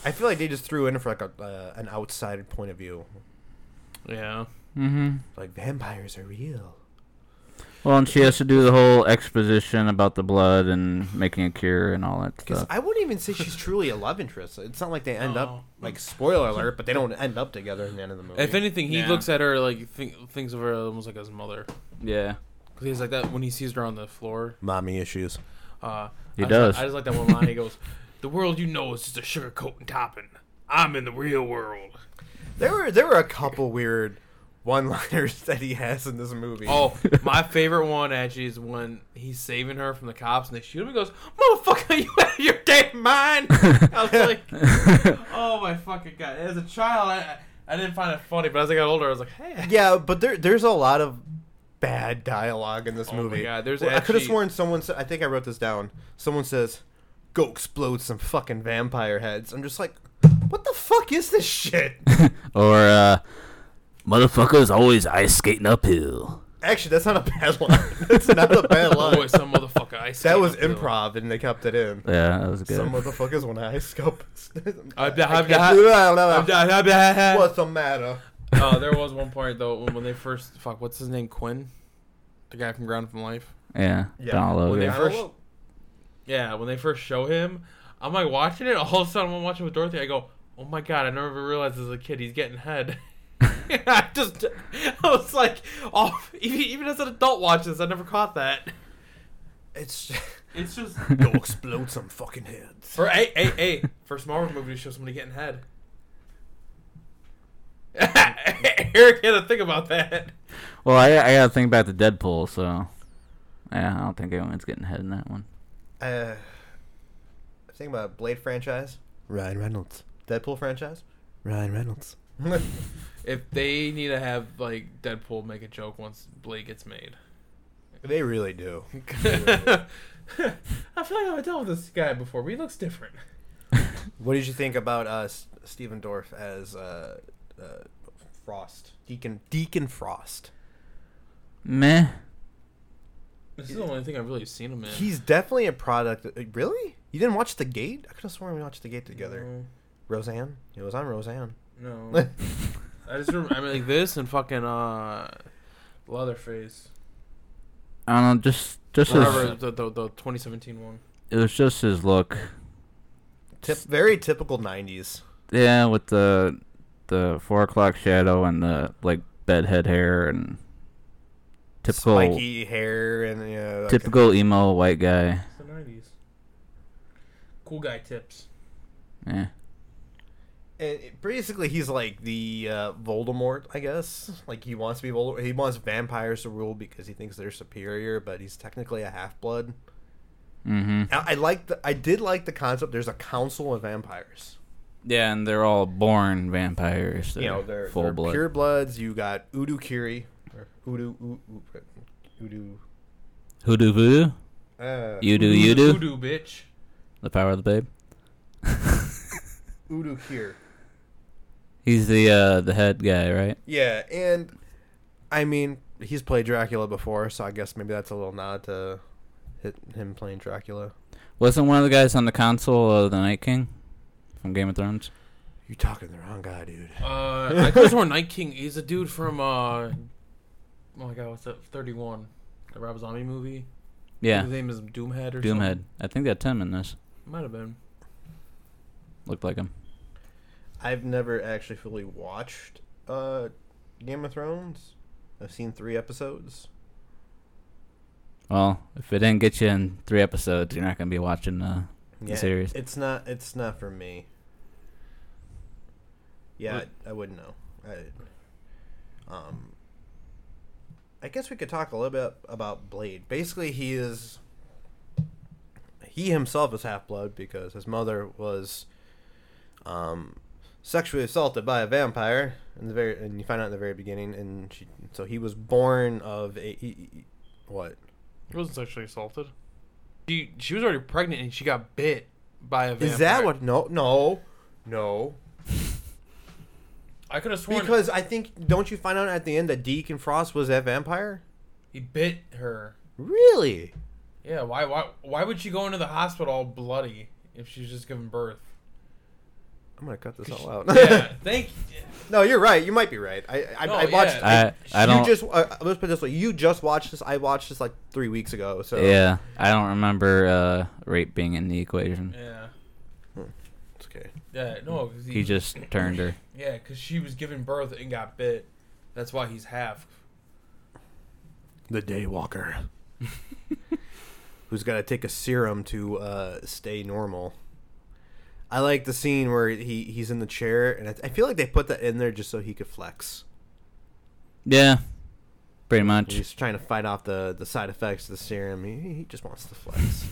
Speaker 1: I feel like they just threw in for like a, uh, an outside point of view.
Speaker 3: yeah.
Speaker 2: hmm
Speaker 1: Like vampires are real.
Speaker 2: Well, and she has to do the whole exposition about the blood and making a cure and all that
Speaker 1: Because (laughs)
Speaker 2: stuff.
Speaker 1: I wouldn't even say she's truly a love interest. It's not like they end up
Speaker 3: No.
Speaker 1: like spoiler alert, but they don't end up together in the end of the movie.
Speaker 3: If anything, he
Speaker 2: Yeah.
Speaker 3: looks at her like think, thinks of her almost like his mother.
Speaker 2: yeah.
Speaker 3: Cause he's like that when he sees her on the floor.
Speaker 1: mommy issues.
Speaker 3: Uh,
Speaker 2: He
Speaker 3: I just-
Speaker 2: does.
Speaker 3: I just like that one line. He goes, "The world you know is just a sugar coat and topping. I'm in the real world."
Speaker 1: There were there were a couple weird one-liners (laughs) that he has in this movie.
Speaker 3: Oh,
Speaker 1: (laughs)
Speaker 3: my favorite one actually is when he's saving her from the cops and they shoot him. He goes, "Motherfucker, (laughs) you out of your damn mind!" I was
Speaker 1: (laughs)
Speaker 3: like, "Oh my fucking god!" As a child, I, I didn't find it funny, but as I got older, I was like, "Hey." (laughs)
Speaker 1: yeah, but there there's a lot of bad dialogue in this
Speaker 3: Oh my
Speaker 1: movie.
Speaker 3: God, there's
Speaker 1: I could have
Speaker 3: actually-
Speaker 1: sworn someone said. I think I wrote this down. Someone says, "Go explode some fucking vampire heads." I'm just like, what the fuck is this shit?
Speaker 2: (laughs)
Speaker 1: (laughs)
Speaker 2: Or uh, motherfuckers always ice skating uphill.
Speaker 1: Actually, that's not a bad line. (laughs) That's not a
Speaker 3: (laughs)
Speaker 1: bad
Speaker 3: Boy,
Speaker 1: line. (laughs)
Speaker 3: Oh, some motherfucker. I
Speaker 1: That
Speaker 3: skated
Speaker 1: was
Speaker 3: up the hill."
Speaker 1: improv, and they kept it in.
Speaker 2: Yeah, that was good.
Speaker 1: Some
Speaker 2: (laughs)
Speaker 1: motherfuckers want to ice scope.
Speaker 3: I- I-
Speaker 1: What's
Speaker 3: I'm done. I'm done.
Speaker 1: the matter?
Speaker 3: Oh, there was one point though when, when they first fuck. What's his name? Quinn, the guy from Ground from Life.
Speaker 2: (laughs) Oh, yeah,
Speaker 1: Yeah.
Speaker 2: Donald
Speaker 3: When they (laughs)
Speaker 2: Logan.
Speaker 3: first- Yeah, when they first show him, I'm like watching it. All of a sudden, I'm watching with Dorothy. I go, "Oh my god! I never even realized as a kid he's getting head." (laughs) I just, I was like, "Oh, even, even as an adult watches, I never caught that."
Speaker 1: It's
Speaker 3: It's just
Speaker 1: go explode some fucking heads.
Speaker 3: for a a a first Marvel movie to show somebody getting head. (laughs) Eric had to think about that.
Speaker 2: (laughs) Well, I, I gotta think back to Deadpool, so yeah, I don't think anyone's getting ahead in that one. (laughs)
Speaker 1: Uh, think about Blade franchise. Ryan Reynolds. Deadpool franchise. (laughs) Ryan Reynolds.
Speaker 3: If they need to have like Deadpool make a joke once Blade gets made.
Speaker 1: they really do.
Speaker 3: (laughs) I feel like I've dealt with this guy before, but he looks different.
Speaker 1: What did you think about uh, S- Stephen Dorff as uh, uh, Frost? Deacon Deacon Frost.
Speaker 2: Meh.
Speaker 3: This is the only thing I've really seen him in.
Speaker 1: He's definitely a product. uh, Really? You didn't watch The Gate? I could have sworn we watched The Gate together.
Speaker 3: Mm.
Speaker 1: Roseanne? It was on Roseanne.
Speaker 3: No. no. I just remember. I mean, like this and fucking uh, Leatherface.
Speaker 2: I don't know. Just just
Speaker 3: Whatever
Speaker 2: his,
Speaker 3: the, the the 2017 one.
Speaker 2: it was just his look.
Speaker 1: Tip, very typical 90s.
Speaker 2: Yeah, with the the four o'clock shadow and the like bedhead hair and typical
Speaker 1: Spiky hair and, you know. like-
Speaker 2: typical emo white guy.
Speaker 3: It's the 90s. Cool guy tips.
Speaker 2: Yeah.
Speaker 1: and it- basically, he's like the uh, Voldemort, I guess. Like, he wants to be Voldemort. He wants vampires to rule because he thinks they're superior, but he's technically a half blood.
Speaker 2: Mm-hmm.
Speaker 1: I, I like the. I did like the concept. There's a council of vampires.
Speaker 2: Yeah, and they're all born vampires. They're
Speaker 1: you know, they're,
Speaker 2: full
Speaker 1: they're
Speaker 2: blood.
Speaker 1: pure bloods. You got Udu Kiri, or Udu U- U- Udu.
Speaker 2: Hoodoo voodoo.
Speaker 1: Uh,
Speaker 2: You do, you do.
Speaker 3: Voodoo, bitch.
Speaker 2: The power of the babe.
Speaker 1: Udu Kiri.
Speaker 2: He's the uh, the head guy, right?
Speaker 1: Yeah, and I mean, he's played Dracula before, so I guess maybe that's a little nod to hit him playing Dracula.
Speaker 2: Wasn't one of the guys on the console of the Night King from Game of Thrones?
Speaker 1: You're talking the wrong guy, dude.
Speaker 3: Uh, I could have sworn Night King. He's a dude from uh, oh my god, what's that? 31, the Rob Zombie movie.
Speaker 2: Yeah,
Speaker 3: His name is Doomhead or
Speaker 2: Doomhead.
Speaker 3: something?
Speaker 2: I think that's him in this.
Speaker 3: Might have been.
Speaker 2: Looked like him.
Speaker 1: I've never actually fully watched uh, Game of Thrones. I've seen three episodes.
Speaker 2: Well, if it didn't get you in three episodes, you're not gonna be watching the
Speaker 1: Yeah, (laughs)
Speaker 2: series.
Speaker 1: It's not. It's not for me. Yeah,
Speaker 2: What-
Speaker 1: I, I wouldn't know. I, um, I guess we could talk a little bit about Blade. Basically, he is. He himself is half blood because his mother was, um, sexually assaulted by a vampire in the very, and you find out in the very beginning, and she, so he was born of a, he- he- what?
Speaker 3: He wasn't sexually assaulted. She she was already pregnant and she got bit by a
Speaker 1: Is
Speaker 3: vampire.
Speaker 1: that what? No, no, no.
Speaker 3: I could have sworn
Speaker 1: Because I think don't you find out at the end that Deacon Frost was that vampire?
Speaker 3: he bit her.
Speaker 1: Really?
Speaker 3: Yeah, why why why would she go into the hospital all bloody if she's just giving
Speaker 1: (laughs)
Speaker 3: birth?
Speaker 1: I'm gonna cut this
Speaker 3: Cause
Speaker 1: all out.
Speaker 3: yeah, thank
Speaker 1: (laughs) no, you're right. You might be right. I I,
Speaker 3: No,
Speaker 1: I watched.
Speaker 3: yeah.
Speaker 2: I I
Speaker 1: you
Speaker 2: don't.
Speaker 1: just uh, let's put it this way. You just watched this. I watched this like three weeks ago. So
Speaker 2: yeah, I don't remember uh, rape being in the equation.
Speaker 3: yeah.
Speaker 1: it's okay.
Speaker 3: Yeah, no, cause
Speaker 2: He just turned her.
Speaker 3: yeah, because she was giving birth and got bit. That's why he's half.
Speaker 1: The
Speaker 3: (laughs)
Speaker 1: Daywalker, who's got to take a serum to uh, stay normal. I like the scene where he, he's in the chair, and I, I feel like they put that in there just so he could flex.
Speaker 2: Yeah, pretty much.
Speaker 1: He's trying to fight off the, the side effects of the serum. He, he just wants to flex.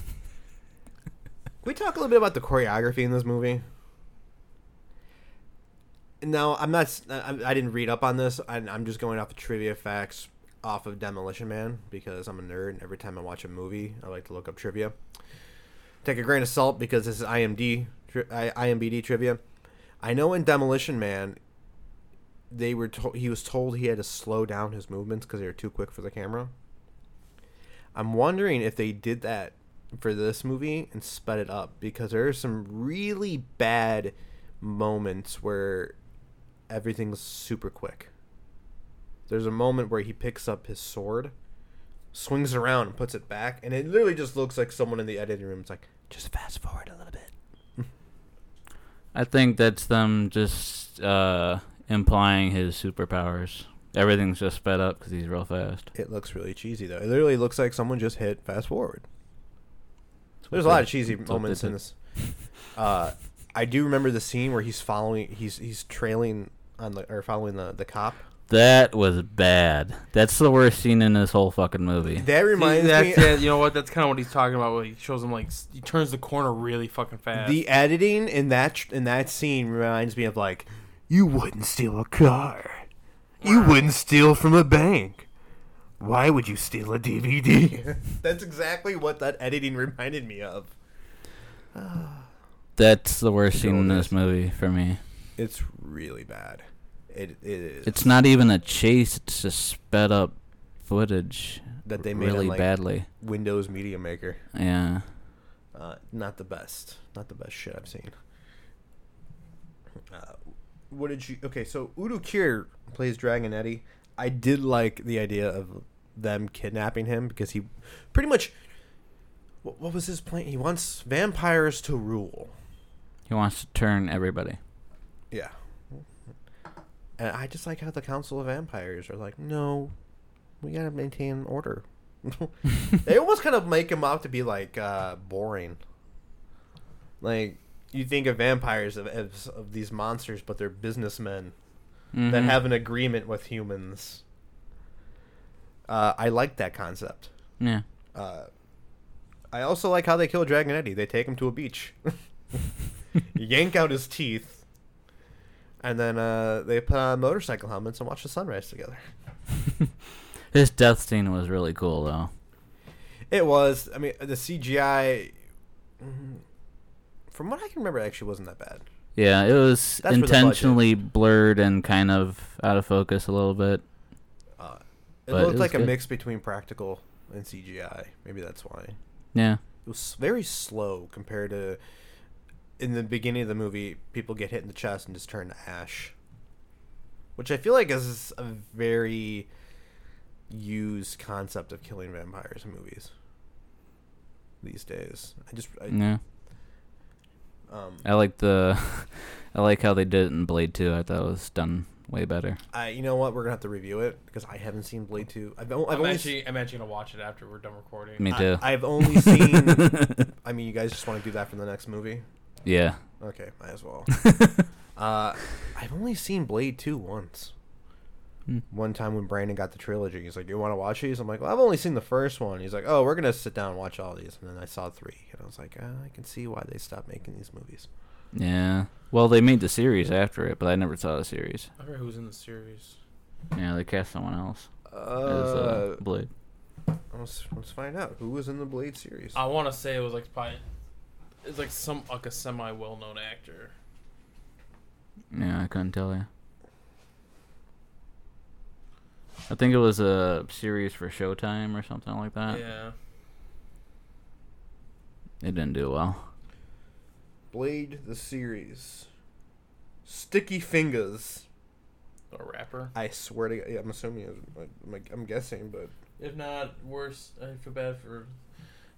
Speaker 1: Can we talk a little bit about the choreography in this movie? No, I'm not. s- I, I didn't read up on this. I, I'm just going off of trivia facts off of Demolition Man because I'm a nerd, and every time I watch a movie, I like to look up trivia. Take a grain of salt because this is IMD, tri- I, IMBD trivia. I know in Demolition Man, they were to- he was told he had to slow down his movements because they were too quick for the camera. I'm wondering if they did that for this movie and sped it up because there are some really bad moments where everything's super quick. There's a moment where he picks up his sword, swings around and puts it back, and it literally just looks like someone in the editing room. It's like just fast forward a little bit.
Speaker 2: I think that's them just uh, implying his superpowers. Everything's just sped up because he's real fast.
Speaker 1: It looks really cheesy though. It literally looks like someone just hit fast forward. There's a lot of cheesy
Speaker 2: That's what
Speaker 1: moments
Speaker 2: they
Speaker 1: in
Speaker 2: did.
Speaker 1: (laughs) this. Uh, I do remember the scene where he's following, he's he's trailing on the or following the the cop.
Speaker 2: That was bad. That's the worst scene in this whole fucking movie.
Speaker 1: That reminds me.
Speaker 3: that's, yeah, you know what? That's kind of what he's talking about. Where he shows him like s- he turns the corner really fucking fast.
Speaker 1: The editing in that tr- in that scene reminds me of like, you wouldn't steal a car, you wouldn't steal from a bank. Why would you steal a (laughs) DVD? That's exactly what that editing reminded me of.
Speaker 2: That's the worst
Speaker 1: Good
Speaker 2: scene in
Speaker 1: old
Speaker 2: this movie for me.
Speaker 1: (sighs) It's really bad. It, it is.
Speaker 2: It's not even a chase. It's just sped up footage
Speaker 1: that they made on,
Speaker 2: really
Speaker 1: like,
Speaker 2: badly.
Speaker 1: Windows Media Maker.
Speaker 2: Yeah.
Speaker 1: Uh, not not the best. Not the best shit I've seen. Uh, what did you? Okay, so Udo Kier plays Dragon Eddie. I did like the idea of them kidnapping him because he pretty much. What, what was his plan? He wants vampires to rule.
Speaker 2: He wants to turn everybody. (laughs)
Speaker 1: Yeah. And I just like how the Council of Vampires are like, no, we gotta maintain order. (laughs) they almost kind of make him out to be like uh, boring. Like you think of vampires of, as of these monsters, but they're businessmen that
Speaker 2: Mhm.
Speaker 1: have an agreement with humans. Uh, I like that concept.
Speaker 2: yeah.
Speaker 1: Uh, I also like how they kill Dragon Eddie. They take him to a beach, (laughs) (laughs)
Speaker 2: (laughs)
Speaker 1: yank out his teeth, and then uh, they put on motorcycle helmets and watch the sunrise together.
Speaker 2: This death scene was really cool though.
Speaker 1: It was. I mean, the CGI, mm, from what I can remember, actually wasn't that bad.
Speaker 2: Yeah, it was
Speaker 1: That's where the budget-
Speaker 2: intentionally blurred and kind of out of focus a little bit.
Speaker 1: Uh, it
Speaker 2: But it
Speaker 1: looked
Speaker 2: was
Speaker 1: like a
Speaker 2: good.
Speaker 1: mix between practical and CGI. Maybe that's why it
Speaker 2: Yeah.
Speaker 1: was very slow compared to. In the beginning of the movie, people get hit in the chest and just turn to ash, which I feel like is a very used concept of killing vampires in movies these days. I just, I,
Speaker 2: yeah.
Speaker 1: um,
Speaker 2: I like the (laughs) I like how they did it in Blade 2. I thought it was done way better.
Speaker 1: I, you know what? We're gonna have to review it because I haven't seen Blade Two. I've, o- I've
Speaker 3: I'm
Speaker 1: only
Speaker 3: actually, I'm actually gonna watch it after we're done recording.
Speaker 2: Me
Speaker 1: I-
Speaker 2: too.
Speaker 1: I've
Speaker 2: (laughs)
Speaker 1: only seen. I mean, you guys just want to do that for the next movie?
Speaker 2: yeah. (laughs)
Speaker 1: Okay, might as well. uh, I've only seen Blade Two once.
Speaker 2: Hmm.
Speaker 1: One time when Brandon got the trilogy, he's like, "You want to watch these?" I'm like, "Well, I've only seen the first one." He's like, "Oh, we're gonna sit down and watch all these." And then I saw three, and I was like, uh, "I can see why they stopped making these movies."
Speaker 2: Yeah. Well, they made the series after it, but I never saw the series.
Speaker 3: I forget who's in the series.
Speaker 2: Yeah, they cast someone else as
Speaker 1: Uh,
Speaker 2: uh, Blade.
Speaker 1: let's, let's find out who was in the Blade series.
Speaker 3: I want to say it was like probably it's like some like a semi well known actor.
Speaker 2: Yeah, I couldn't tell you. I think it was a series for Showtime or something like that.
Speaker 3: yeah.
Speaker 2: It didn't do well.
Speaker 1: Blade the series. Sticky fingers.
Speaker 3: A rapper.
Speaker 1: I swear to God, yeah, I'm assuming, it was, like, I'm guessing, but
Speaker 3: If not worse, I feel bad for.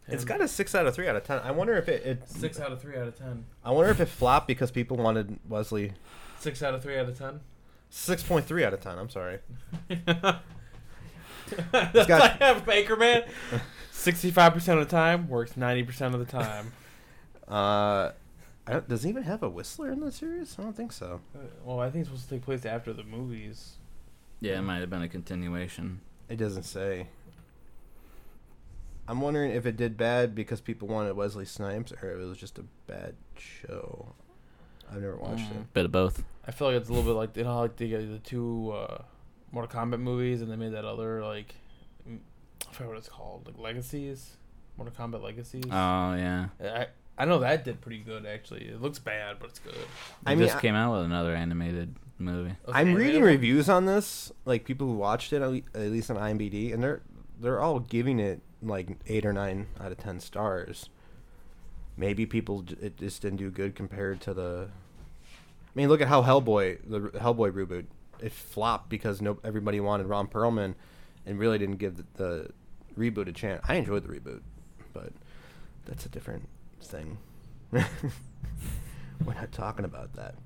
Speaker 1: it's
Speaker 3: him.
Speaker 1: got a six out of three out of ten. I wonder if it, it
Speaker 3: six out of three out of ten.
Speaker 1: I wonder if it flopped because people wanted Wesley.
Speaker 3: Six out of three out of ten.
Speaker 1: Six point three out of ten. I'm sorry.
Speaker 3: (laughs) That's
Speaker 1: got-
Speaker 3: like (laughs) a Baker man. Sixty-five percent of the time works ninety percent of the time.
Speaker 1: Uh, I don't, does he even have a Whistler in the series? I don't think so.
Speaker 3: Uh, well, I think it's supposed to take place after the movies.
Speaker 2: Yeah, it might have been a continuation.
Speaker 1: It doesn't say. I'm wondering if it did bad because people wanted Wesley Snipes, or it was just a bad show. I've never watched
Speaker 3: Hmm.
Speaker 1: it.
Speaker 2: Bit of both.
Speaker 3: I feel like it's a little bit like you know, like the the two uh, Mortal Kombat movies, and they made that other like m- I forget what it's called, like Legacies, Mortal Kombat Legacies.
Speaker 2: Oh yeah.
Speaker 3: I I know that did pretty good actually. It looks bad, but it's good.
Speaker 1: I
Speaker 2: I
Speaker 1: mean,
Speaker 2: just
Speaker 1: I-
Speaker 2: came out with another animated movie.
Speaker 3: It was
Speaker 1: I'm
Speaker 3: animated.
Speaker 1: reading reviews on this, like people who watched it at le- at least on IMDb, and they're they're all giving it like eight or nine out of ten stars. Maybe people j- it just didn't do good compared to the. I mean, look at how Hellboy the r- Hellboy reboot it flopped because no everybody wanted Ron Perlman, and really didn't give the, the reboot a chance. I enjoyed the reboot, but that's a different thing. (laughs) We're not talking about that.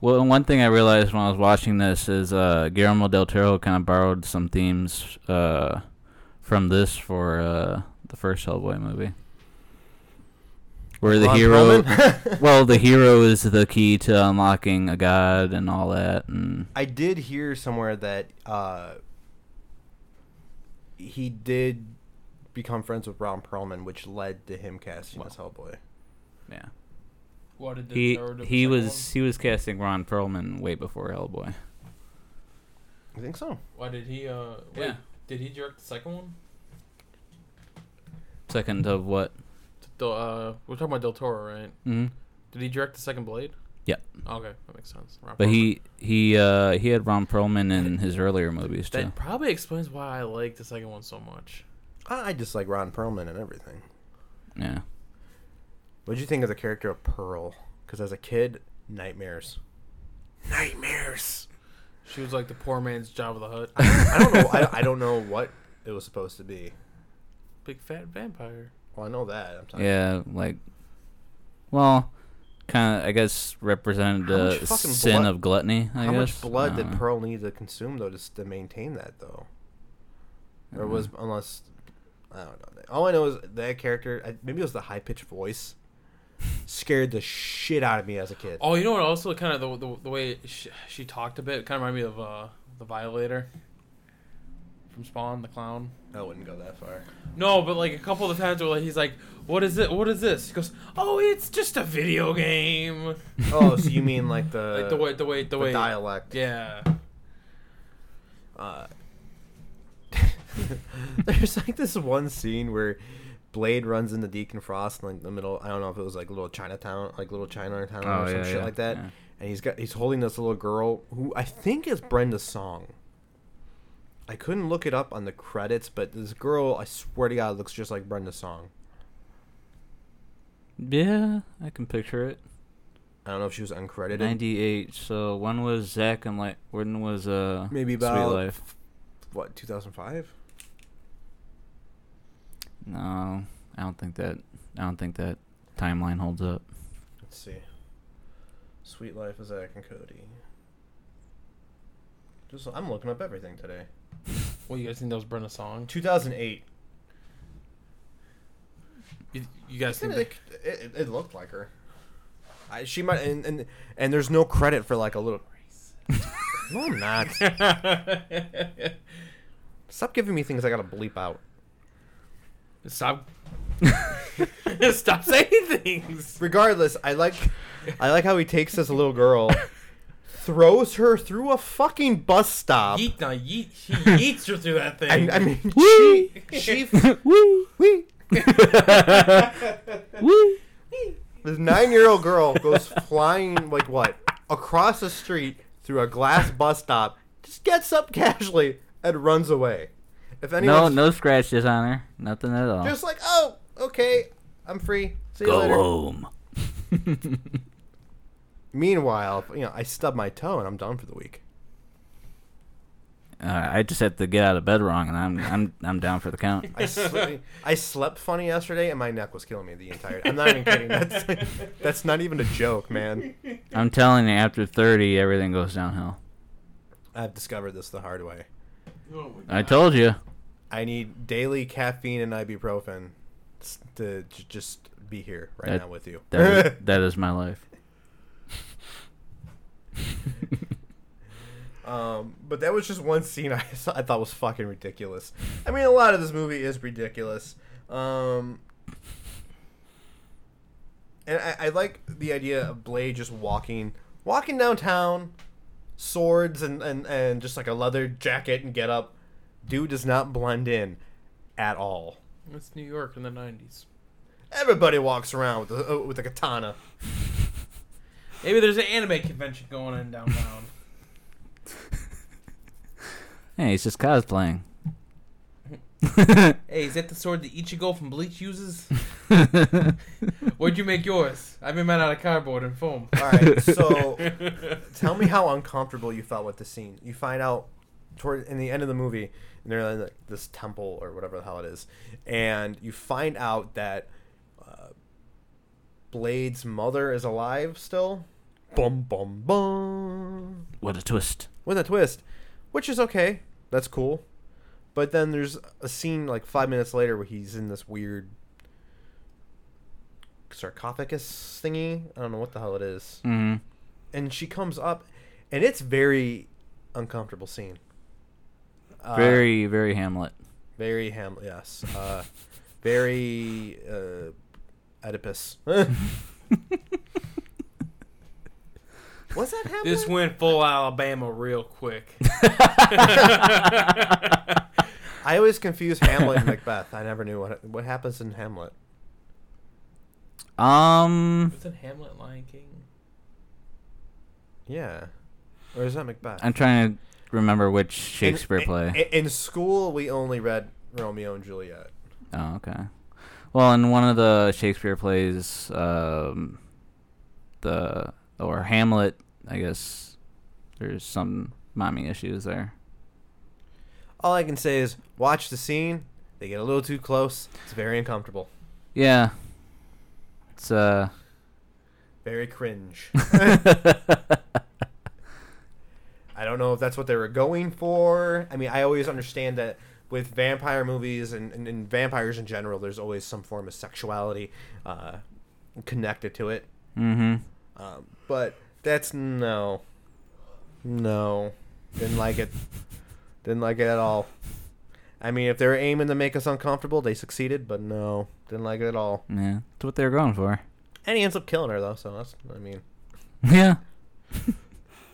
Speaker 2: Well, and one thing I realized when I was watching this is uh, Guillermo del Toro kind of borrowed some themes uh, from this for uh, the first Hellboy movie, where the
Speaker 1: Ron
Speaker 2: hero,
Speaker 1: Perlman?
Speaker 2: (laughs) well, the hero is the key to unlocking a god and all that, and
Speaker 1: I did hear somewhere that uh, he did become friends with Ron Perlman, which led to him casting as Hellboy.
Speaker 2: yeah,
Speaker 3: What did
Speaker 2: he
Speaker 3: Daredevil do the
Speaker 2: he
Speaker 3: second
Speaker 2: was he was casting Ron Perlman way before Hellboy.
Speaker 1: I think so.
Speaker 3: one? Why did he? Uh, wait,
Speaker 2: Yeah.
Speaker 3: Did he direct the second one?
Speaker 2: Second of what?
Speaker 3: The, uh, we're talking about Del Toro, right?
Speaker 2: hmm
Speaker 3: Did he direct the second Blade?
Speaker 2: Yeah.
Speaker 3: Okay, that makes sense. Ron
Speaker 2: But
Speaker 3: Perlman.
Speaker 2: he he uh, he had Ron Perlman in his earlier movies
Speaker 3: that
Speaker 2: too.
Speaker 3: probably explains why I like the second one so much.
Speaker 1: I I just like Ron Perlman and everything.
Speaker 2: Yeah.
Speaker 1: What'd you think of the character of Pearl? Because as a kid, nightmares. Nightmares.
Speaker 3: She was like the poor man's Job of the Hut.
Speaker 1: I don't know.
Speaker 2: (laughs)
Speaker 1: I, I don't know what it was supposed to be.
Speaker 3: Big fat vampire.
Speaker 1: Well, I know that. I'm talking.
Speaker 2: Yeah, like, well, kind of. I guess represented
Speaker 1: How much
Speaker 2: the
Speaker 1: fucking
Speaker 2: sin
Speaker 1: blood-
Speaker 2: of gluttony. I
Speaker 1: How
Speaker 2: guess.
Speaker 1: much blood
Speaker 2: I
Speaker 1: did
Speaker 3: uh,
Speaker 2: dunno.
Speaker 1: Pearl need to consume though just to maintain that though? Or
Speaker 2: (laughs)
Speaker 1: was unless I don't know. All I know is that character. I- Maybe it was the high pitched voice. Scared the shit out of me as a kid.
Speaker 3: Oh, you know what? Also, kind of the, the, the way she, she talked a bit kind of reminded me of uh, the Violator from Spawn, the clown.
Speaker 1: I wouldn't go that far.
Speaker 3: No, but like a couple of times where like, he's like, "What is it? What is this?" He goes, "Oh, it's just a video game."
Speaker 1: Oh, so you mean like the
Speaker 3: like the way, the way, the,
Speaker 1: Uh, the
Speaker 3: way.
Speaker 1: dialect?
Speaker 3: Yeah.
Speaker 1: Uh, (laughs) there's like this one scene where Blade runs into Deacon Frost in like the middle. I don't know if it was like little Chinatown, like little Chinatown
Speaker 2: Oh,
Speaker 1: or some
Speaker 2: yeah,
Speaker 1: shit
Speaker 2: yeah,
Speaker 1: like that.
Speaker 2: yeah.
Speaker 1: And he's got he's holding this little girl who I think is Brenda's song. I couldn't look it up on the credits, but this girl, I swear to God, looks just like Brenda's song.
Speaker 2: Yeah, I can picture it.
Speaker 1: I don't know if she was uncredited.
Speaker 2: Ninety-eight. So when was Zach and like when was uh
Speaker 1: Maybe
Speaker 2: Sweet
Speaker 1: about-
Speaker 2: Life?
Speaker 1: What, 2005?
Speaker 2: No, I don't think that. I don't think that timeline holds
Speaker 1: (laughs)
Speaker 2: up. (laughs)
Speaker 1: Let's see. Sweet Life of Zach and Cody. Just I'm looking up everything today.
Speaker 3: Well, you guys think that was Brenda's song?
Speaker 1: 2008.
Speaker 3: You, you guys think? that-
Speaker 1: It, it, it looked like her. I, she might and, and and there's no credit for like a little. no, I'm not. Stop giving me things I gotta bleep out.
Speaker 3: (laughs) Stop. (laughs) Stop saying things.
Speaker 1: Regardless, I like I like how he takes this little girl, throws her through a fucking bus stop.
Speaker 3: Yeet now, yeet.
Speaker 1: (laughs)
Speaker 3: She yeets her through that thing.
Speaker 1: I, I
Speaker 3: (laughs)
Speaker 1: mean, (laughs) she she
Speaker 2: Woo, (laughs)
Speaker 1: we
Speaker 2: woo.
Speaker 1: This nine year old girl goes flying like what? Across the street through a glass bus stop, just gets up casually and runs away. If
Speaker 2: No,
Speaker 1: anyone's
Speaker 2: no scratches on her. Nothing at all.
Speaker 1: just like, oh, okay, I'm free. See you
Speaker 2: Go
Speaker 1: later.
Speaker 2: (laughs) home.
Speaker 1: Meanwhile, you know, I stub my toe and I'm done for the week.
Speaker 2: Uh, I just have to get out of bed wrong, and I'm I'm I'm down for the count.
Speaker 1: I,
Speaker 2: (laughs)
Speaker 1: sle- I slept funny yesterday and my neck was killing me the entire I'm not even kidding. That's (laughs)
Speaker 2: (laughs)
Speaker 1: that's not even a joke, man.
Speaker 2: I'm telling you, after 30, everything goes downhill.
Speaker 1: I've discovered this the hard way.
Speaker 3: Oh
Speaker 2: I told you.
Speaker 1: I need daily caffeine and ibuprofen s- to j- just be here right
Speaker 2: That-
Speaker 1: now with you. (laughs)
Speaker 2: That is, that is my life. (laughs)
Speaker 1: Um, but that was just one scene I, (laughs) saw, I thought was fucking ridiculous. I mean, a lot of this movie is ridiculous. Um, and I, I like the idea of Blade just walking, walking downtown, swords and, and, and just like a leather jacket and get up. Dude does not blend in at all.
Speaker 3: It's New York in the '90s.
Speaker 1: Everybody walks around with a, with a katana.
Speaker 3: Maybe there's an anime convention going on (laughs) downtown.
Speaker 2: Hey, he's
Speaker 1: (laughs)
Speaker 2: just cosplaying. (laughs)
Speaker 3: hey, is that the sword that Ichigo from Bleach uses? Where'd you make yours? I made mine out of cardboard and foam.
Speaker 1: All right, so tell me how uncomfortable you felt with the scene. You find out toward in the end of the movie, and they're in like this temple or whatever the hell it is, and you find out that uh, Blade's mother is alive still. Bum bum bum.
Speaker 2: what a twist.
Speaker 1: With a twist, which is okay. That's cool. But then there's a scene like five minutes later where he's in this weird sarcophagus thingy. I don't know what the hell it is
Speaker 2: hmm
Speaker 1: and she comes up, and it's very uncomfortable scene. Uh,
Speaker 2: very, very Hamlet.
Speaker 1: very ham. Yes, uh, very uh, Oedipus. (laughs) Was that Hamlet?
Speaker 3: This went full Alabama real quick.
Speaker 1: I always confuse Hamlet and Macbeth. I never knew what what happens in Hamlet.
Speaker 2: (laughs) Um,
Speaker 3: Wasn't Hamlet Lion King?
Speaker 1: Yeah, or is that Macbeth?
Speaker 2: I'm trying to remember which
Speaker 1: In-
Speaker 2: Shakespeare
Speaker 1: in-
Speaker 2: play.
Speaker 1: In, in school, we only read Romeo and Juliet.
Speaker 2: oh, okay. Well, in one of the Shakespeare plays, um, the or Hamlet, I guess there's some mommy issues there.
Speaker 1: All I can say is watch the scene. They get a little too close. It's very uncomfortable.
Speaker 2: Yeah, it's uh. (laughs)
Speaker 1: Very cringe. I don't know if that's what they were going for. I mean, I always understand that with vampire movies and, and, and vampires in general, there's always some form of sexuality uh, connected to it.
Speaker 2: mm-hmm.
Speaker 1: Um, but that's no, no, didn't like it, didn't like it at all. I mean, if they were aiming to make us uncomfortable, they succeeded. But no, didn't like it at all.
Speaker 2: Yeah, that's what they were going for.
Speaker 1: And he ends up killing her though. So that's, I mean,
Speaker 2: (laughs) Yeah.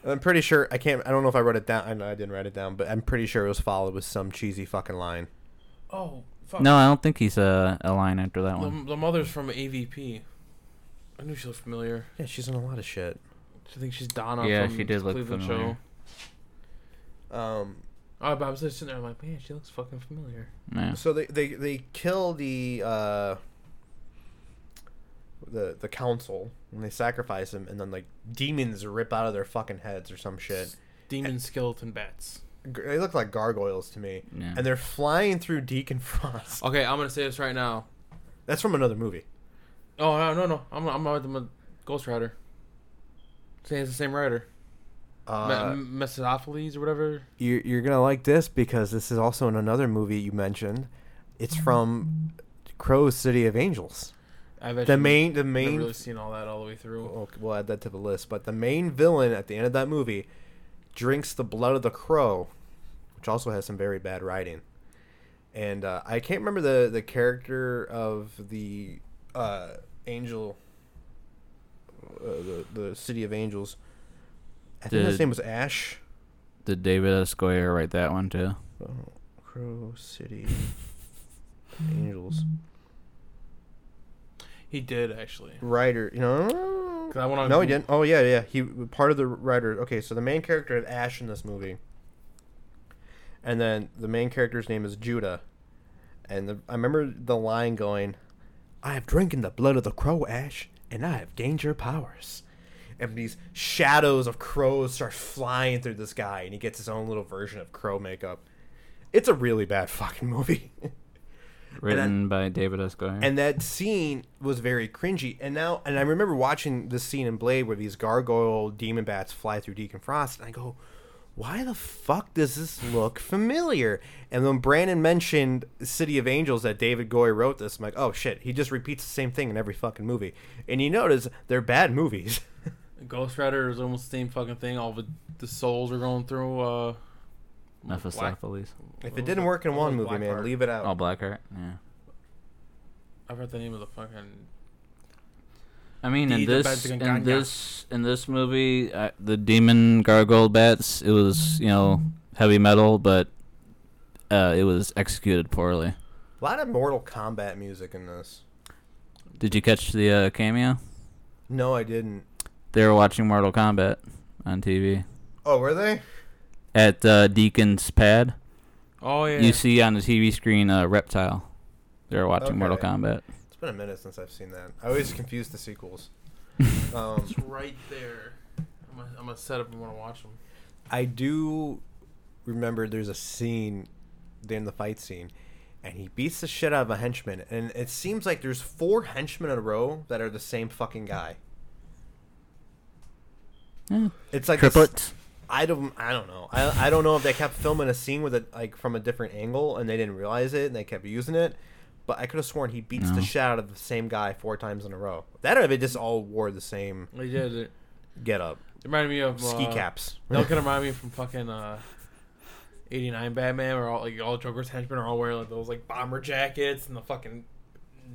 Speaker 1: I'm pretty sure I can't. I don't know if I wrote it down. I know I didn't write it down, but I'm pretty sure it was followed with some cheesy fucking line.
Speaker 3: Oh, fuck.
Speaker 2: No, I don't think he's uh, a line after that
Speaker 3: The,
Speaker 2: one.
Speaker 3: the mother's from AVP. I knew she looked familiar.
Speaker 1: Yeah, she's in a lot of shit.
Speaker 3: I think she's Donna.
Speaker 2: Yeah,
Speaker 3: from
Speaker 2: she did look
Speaker 3: Cleveland
Speaker 2: familiar.
Speaker 3: Show.
Speaker 1: Um,
Speaker 3: Oh, but I was just sitting there, I'm like, man, she looks fucking familiar.
Speaker 2: Yeah.
Speaker 1: so they they they kill the uh the the council and they sacrifice him, and then like demons rip out of their fucking heads or some shit.
Speaker 3: Demon skeleton bats.
Speaker 1: G- They look like gargoyles to me,
Speaker 2: Yeah.
Speaker 1: and they're flying through Deacon (laughs) Frost.
Speaker 3: Okay, I'm gonna say this right now.
Speaker 1: That's from another movie.
Speaker 3: Oh no, no, no. I'm I'm with the Ghost Rider. Say it's the same writer, Me-
Speaker 1: Uh,
Speaker 3: Mephistopheles or whatever.
Speaker 1: you're you're gonna like this because this is also in another movie you mentioned. It's from Crow's City of Angels.
Speaker 3: I've actually
Speaker 1: The main the
Speaker 3: never
Speaker 1: main Oh.
Speaker 3: really seen all that all the way through.
Speaker 1: we'll, we'll add that to the list. But the main villain at the end of that movie drinks the blood of the crow, which also has some very bad writing. And uh, I can't remember the the character of the uh, angel, uh, the the city of angels. I think his
Speaker 2: Did-
Speaker 1: name was Ash.
Speaker 2: Did David S. Goyer write that one too?
Speaker 1: Oh, crow city angels
Speaker 3: He did actually.
Speaker 1: writer. You know.
Speaker 3: 'Cause I went on
Speaker 1: No, he
Speaker 3: Google-
Speaker 1: didn't. Oh yeah, yeah. He part of the writer. Okay, so the main character of Ash in this movie, and then the main character's name is Judah, and the, I remember the line going, "I have drinking the blood of the crow, Ash, and I have gained your powers." And these shadows of crows start flying through this guy, and he gets his own little version of crow makeup. It's a really bad fucking movie. (laughs)
Speaker 2: Written by David S.
Speaker 3: Mm-hmm.
Speaker 2: Goyer.
Speaker 1: and that scene was very cringy. And now, and I remember watching this scene in Blade where these gargoyle demon bats fly through Deacon Frost, and I go, "Why the fuck does this look familiar?" And when Brandon mentioned City of Angels that David Goyer wrote this, I'm like, "Oh shit, he just repeats the same thing in every fucking movie." And you notice they're bad movies. (laughs)
Speaker 3: Ghost Rider is almost the same fucking thing. All the the souls are going through. uh
Speaker 2: Mephistopheles.
Speaker 1: if
Speaker 3: was
Speaker 1: it didn't
Speaker 3: it?
Speaker 1: work in
Speaker 3: What
Speaker 1: one
Speaker 3: was
Speaker 1: movie,
Speaker 3: Black
Speaker 1: man,
Speaker 3: Heart?
Speaker 1: leave it
Speaker 2: Oh,
Speaker 1: out.
Speaker 2: Blackheart. Yeah.
Speaker 3: I forgot the name of the fucking.
Speaker 2: I mean, in
Speaker 3: Deed of
Speaker 2: this,
Speaker 3: Bad
Speaker 2: in
Speaker 3: Ganga.
Speaker 2: this, in this movie, uh, the demon gargoyle bats. It was you know heavy metal, but uh, it was executed poorly.
Speaker 1: A lot of Mortal Kombat music in this.
Speaker 2: Did you catch the uh, cameo?
Speaker 1: No, I didn't.
Speaker 2: They were watching Mortal Kombat on TV
Speaker 1: Oh, were they?
Speaker 2: at uh, Deacon's pad.
Speaker 3: Oh yeah.
Speaker 2: You see on the TV screen uh, reptile. They were watching Mortal
Speaker 1: Okay.
Speaker 2: Kombat.
Speaker 1: It's been a minute since I've seen that. I always confuse the
Speaker 3: (laughs)
Speaker 1: sequels. Um,
Speaker 3: It's right there. I'm gonna, I'm gonna set up and want to watch them.
Speaker 1: I do remember there's a scene in the fight scene, and he beats the shit out of a henchman, and it seems like there's four henchmen in a row that are the same fucking guy.
Speaker 2: Yeah.
Speaker 1: It's like this-
Speaker 2: Triplets.
Speaker 1: I don't. I don't know. I, I don't know if they kept filming a scene with it like from a different angle and they didn't realize it and they kept using it. But I could have sworn he beats the
Speaker 2: No.
Speaker 1: shit out of the same guy four times in a row. That or if it just all wore the same
Speaker 3: They did it.
Speaker 1: get up,
Speaker 3: Reminded me of
Speaker 1: ski
Speaker 3: uh,
Speaker 1: caps. (laughs)
Speaker 3: That kind of remind me from fucking uh, '89 Batman, where all like all Joker's henchmen are all wearing like those like bomber jackets and the fucking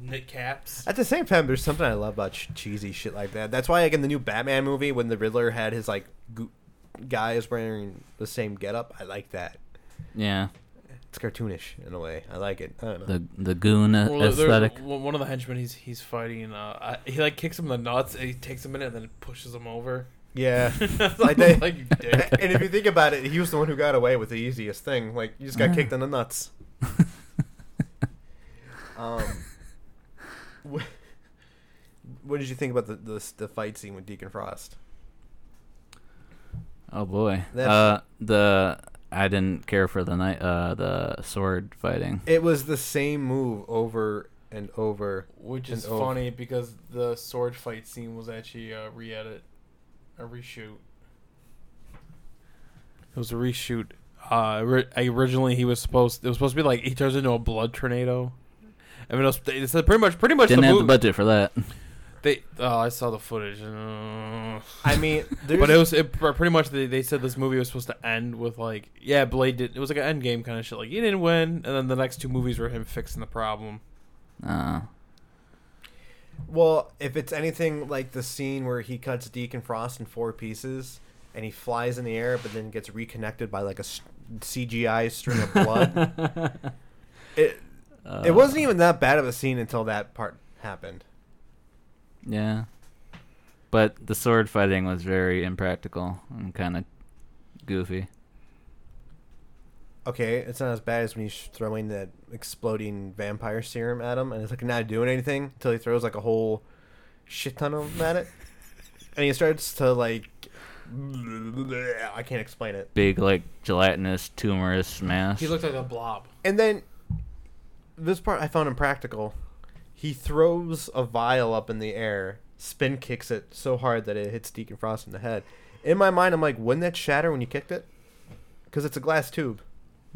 Speaker 3: knit caps.
Speaker 1: At the same time, there's something I love about ch- cheesy shit like that. That's why, like in the new Batman movie, when the Riddler had his like go- guys wearing the same getup, I like that.
Speaker 2: Yeah.
Speaker 1: It's cartoonish in a way. I like it. I don't know.
Speaker 2: The the goon a-
Speaker 3: Well, there-
Speaker 2: aesthetic.
Speaker 3: one- One of the henchmen he's he's fighting. Uh, I, he like kicks him in the nuts. And he takes a minute and then pushes him over. (laughs)
Speaker 1: yeah.
Speaker 3: like,
Speaker 1: they-
Speaker 3: (laughs)
Speaker 1: (laughs)
Speaker 3: like you dick.
Speaker 1: and if you think about it, he was the one who got away with the easiest thing. Like you just got
Speaker 2: Yeah.
Speaker 1: kicked in the nuts. Um, (laughs) What did you think about the the, the fight scene with Deacon Frost?
Speaker 2: Oh boy.
Speaker 1: That's-
Speaker 2: uh, the I didn't care for the night. Uh, the sword fighting.
Speaker 1: It was the same move over and over.
Speaker 3: Which
Speaker 1: And
Speaker 3: is
Speaker 1: over.
Speaker 3: funny because the sword fight scene was actually a re edit, a reshoot. It was a reshoot. Uh, ri- originally, he was supposed. It was supposed to be like he turns into a blood tornado. I mean, it was, it's pretty much, pretty much.
Speaker 2: Didn't
Speaker 3: the
Speaker 2: have the
Speaker 3: mov-
Speaker 2: budget for that.
Speaker 3: They, oh, I saw the footage. Uh,
Speaker 1: I
Speaker 3: (laughs)
Speaker 1: mean, there's,
Speaker 3: but it was it, pr- pretty much they, they said this movie was supposed to end with like yeah Blade did it was like an end game kind of shit like he didn't win and then the next two movies were him fixing the problem.
Speaker 2: Uh,
Speaker 1: well, if it's anything like the scene where he cuts Deacon Frost in four pieces and he flies in the air, but then gets reconnected by like a s- CGI string of
Speaker 2: (laughs) Uh.
Speaker 1: blood. it it wasn't even that bad of a scene until that part happened.
Speaker 2: Yeah. But the sword fighting was very impractical and kind of goofy.
Speaker 1: Okay, it's not as bad as when he's throwing that exploding vampire serum at him, and it's like not doing anything until he throws like a whole shit ton of them at it, and he starts to like. I can't explain it.
Speaker 2: Big, like, gelatinous, tumorous mass.
Speaker 3: He looked like a blob.
Speaker 1: And then this part I found impractical. He throws a vial up in the air, spin kicks it so hard that it hits Deacon Frost in the head. In my mind, I'm like, wouldn't that shatter when you kicked it? Because it's a glass tube.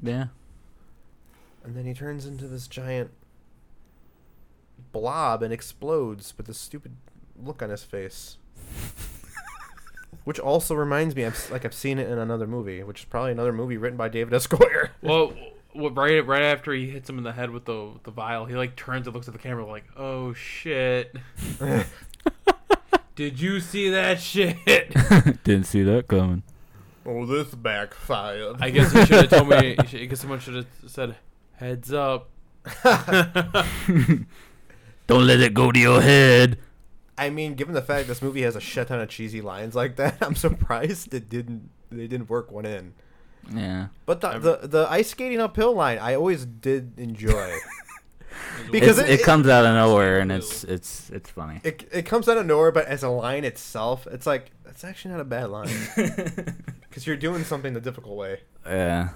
Speaker 2: yeah. (laughs)
Speaker 1: And then he turns into this giant blob and explodes with a stupid look on his face. which also reminds me, I've, like I've seen it in another movie, which is probably another movie written by David S. Goyer.
Speaker 3: Well, w- right right after he hits him in the head with the the vial, he like turns and looks at the camera like, "Oh (laughs) shit! Did you see that shit?"
Speaker 2: Didn't see that coming.
Speaker 1: Oh, this backfired.
Speaker 3: I guess you should have told me. You should, I guess someone should have said, "Heads up."
Speaker 2: (laughs) Don't let it go to your head.
Speaker 1: I mean, given the fact this movie has a shit ton of cheesy lines like that, (laughs) I'm surprised it didn't they didn't work one in.
Speaker 2: Yeah.
Speaker 1: But the
Speaker 3: I'm-
Speaker 1: the, the ice skating uphill line, I always did enjoy. Because
Speaker 2: Because
Speaker 1: it-
Speaker 2: it,
Speaker 1: it-
Speaker 2: comes out of nowhere and it's it's it's funny. (laughs)
Speaker 1: it it comes out of nowhere, but as a line itself, it's like that's actually not a bad
Speaker 2: (laughs)
Speaker 1: line because you're doing something the difficult way.
Speaker 2: yeah.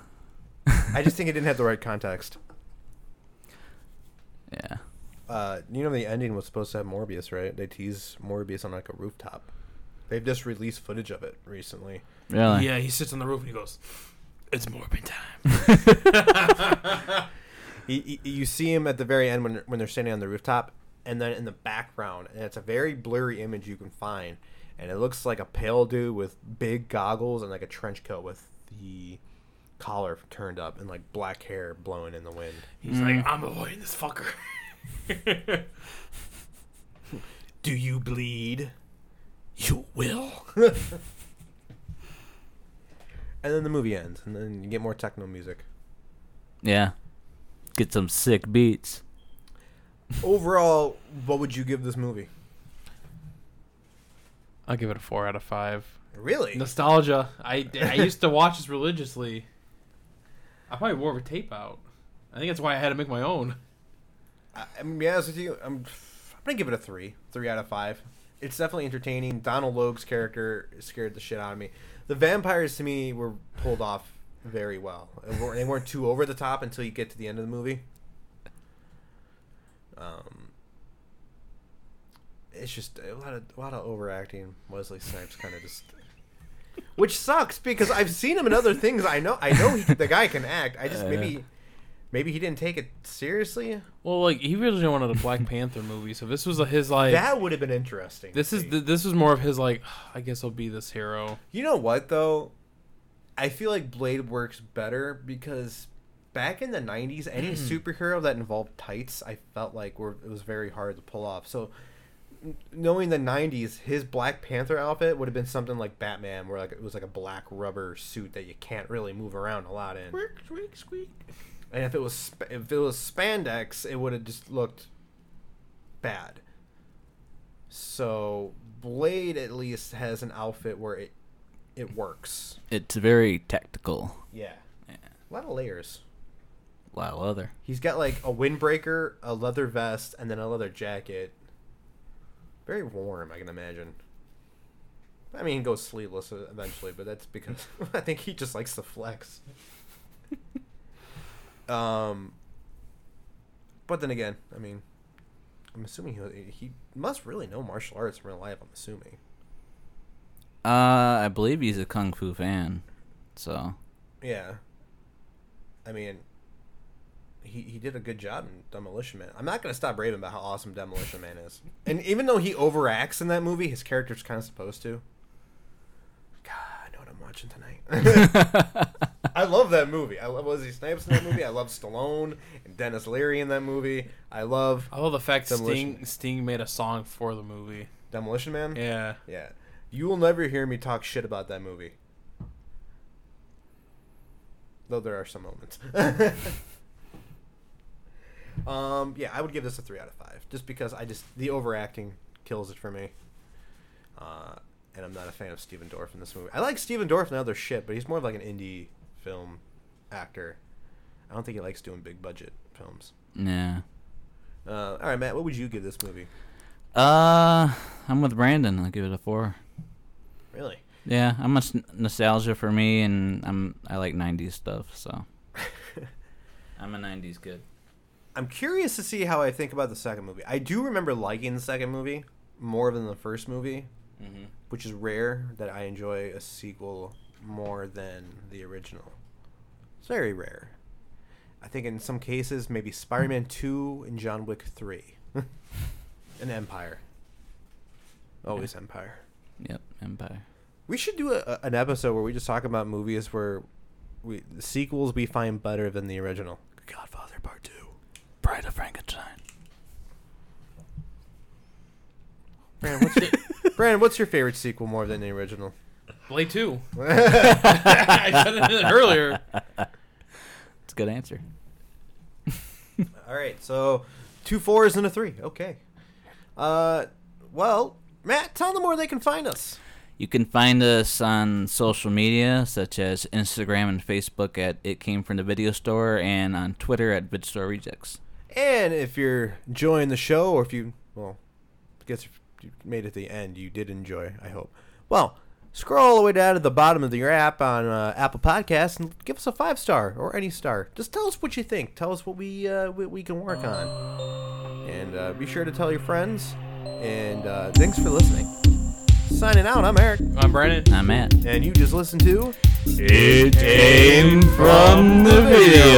Speaker 1: I just think
Speaker 2: (laughs)
Speaker 1: it didn't have the right context.
Speaker 2: Yeah.
Speaker 1: Uh, you know, the ending was supposed to have Morbius, right? They tease Morbius on like a rooftop. They've just released footage of it recently.
Speaker 2: Really?
Speaker 3: Yeah, he sits on the roof and he goes, "It's Morbin time." (laughs)
Speaker 1: He, he, you see him at the very end when when they're standing on the rooftop, and then in the background, and it's a very blurry image you can find, and it looks like a pale dude with big goggles and like a trench coat with the collar turned up and like black hair blowing in the wind.
Speaker 3: He's like, "I'm avoiding this fucker."
Speaker 1: Do you bleed?
Speaker 3: you will.
Speaker 1: (laughs) And then the movie ends, and then you get more techno music.
Speaker 2: Yeah. Get some sick beats.
Speaker 1: Overall, what would you give this movie?
Speaker 3: (laughs) I'll give it a four out of five.
Speaker 1: Really?
Speaker 3: Nostalgia. I, I used to (laughs) watch this religiously. I probably wore a tape out. I think that's why I had to make my own.
Speaker 1: I, I'm gonna be honest with you. I'm, I'm gonna give it a three, three out of five. It's definitely entertaining. Donald Logue's character scared the shit out of me. The vampires to me were pulled off very well. They weren't- They weren't too over the top until you get to the end of the movie. Um, it's just a lot of a lot of overacting. Wesley Snipes kind of just. Which sucks because I've seen him in other things. I know, I know he, the guy can act. I just maybe, maybe he didn't take it seriously.
Speaker 3: Well, like he originally wanted a Black Panther movie, so this was a, his like.
Speaker 1: That would have been interesting.
Speaker 3: this
Speaker 1: to
Speaker 3: is
Speaker 1: see.
Speaker 3: th- this was more of his like. I guess I'll be this hero.
Speaker 1: You know what though? I feel like Blade works better because back in the 90s
Speaker 3: Hmm.
Speaker 1: any superhero that involved tights I felt like were it was very hard to pull off. So n- knowing the 90s his Black Panther outfit would have been something like Batman where like it was like a black rubber suit that you can't really move around a lot in.
Speaker 3: Squeak, squeak, squeak.
Speaker 1: And if it was sp- if it was spandex, it would have just looked bad. So Blade at least has an outfit where it it works.
Speaker 2: It's very tactical.
Speaker 1: Yeah. A lot of layers.
Speaker 2: A A lot of leather.
Speaker 1: He's got like a windbreaker, a leather vest, and then a leather jacket. Very warm, I can imagine. I mean, he goes sleeveless uh, eventually, but that's because (laughs) I think he just likes to flex. um, but then again, I mean, I'm assuming he he must really know martial arts in real life. I'm assuming.
Speaker 2: Uh, I believe he's a kung fu fan.
Speaker 1: (laughs)
Speaker 2: So (laughs)
Speaker 1: Yeah. I mean, he he did a good job in Demolition Man. I'm not gonna stop raving about how awesome Demolition Man is. And even though he overacts in that movie, his character's kind of supposed to. God, I know what I'm watching tonight. (laughs) I love that movie. I love Wesley Snipes in that movie. I love Stallone and Dennis Leary in that movie. I love
Speaker 3: I love the fact
Speaker 1: Demolition.
Speaker 3: Sting Sting made a song for the movie.
Speaker 1: Demolition Man.
Speaker 3: Yeah.
Speaker 1: Yeah. You will never hear me talk shit about that movie. Though there are some moments. (laughs) um, yeah, I would give this a 3 out of 5. Just because I just. The overacting kills it for me. Uh, and I'm not a fan of Steven Dorff in this movie. I like Steven Dorff in other shit, but he's more of like an indie film actor. I don't think he likes doing big budget films.
Speaker 2: yeah.
Speaker 1: Uh, all right, Matt, what would you give this movie?
Speaker 2: Uh, I'm with Brandon. I'll give it a four.
Speaker 1: (laughs) Really?
Speaker 2: Yeah, I'm much nostalgia for me, and I'm I like '90s stuff. So I'm a '90s kid.
Speaker 1: I'm curious to see how I think about the second movie. I do remember liking the second movie more than the first movie,
Speaker 2: Mm-hmm.
Speaker 1: which is rare that I enjoy a sequel more than the original. It's very rare. I think in some cases, maybe Spider Man 2 and John Wick (laughs) 3. and Empire. Always Empire.
Speaker 2: (laughs) Yep, Empire.
Speaker 1: We should do a, a- an episode where we just talk about movies where we the sequels we find better than the original. Godfather Part 2.
Speaker 2: Bride of Frankenstein.
Speaker 1: Brandon, what's
Speaker 2: (laughs)
Speaker 1: your, Brandon, what's your favorite sequel more than the original?
Speaker 3: Blade Two. (laughs) I said it
Speaker 2: (laughs)
Speaker 3: earlier.
Speaker 2: It's a good answer.
Speaker 1: All right, so two fours and a three. Okay. Uh, well, Matt, tell them where they can find us.
Speaker 2: You can find us on social media such as Instagram and Facebook at It Came From the Video Store, and on Twitter at Vid Store Rejects.
Speaker 1: And if you're enjoying the show, or if you, well, I guess if you made it to the end, you did enjoy, I hope. Well, scroll all the way down to the bottom of your app on uh, Apple Podcasts and give us a five star or any star. Just tell us what you think. Tell us what we, uh, we, we can work on. And uh, be sure to tell your friends. And uh, thanks for listening. Signing out, I'm Eric.
Speaker 3: I'm Brandon.
Speaker 2: I'm at.
Speaker 1: And you just listened to.
Speaker 4: It came from the video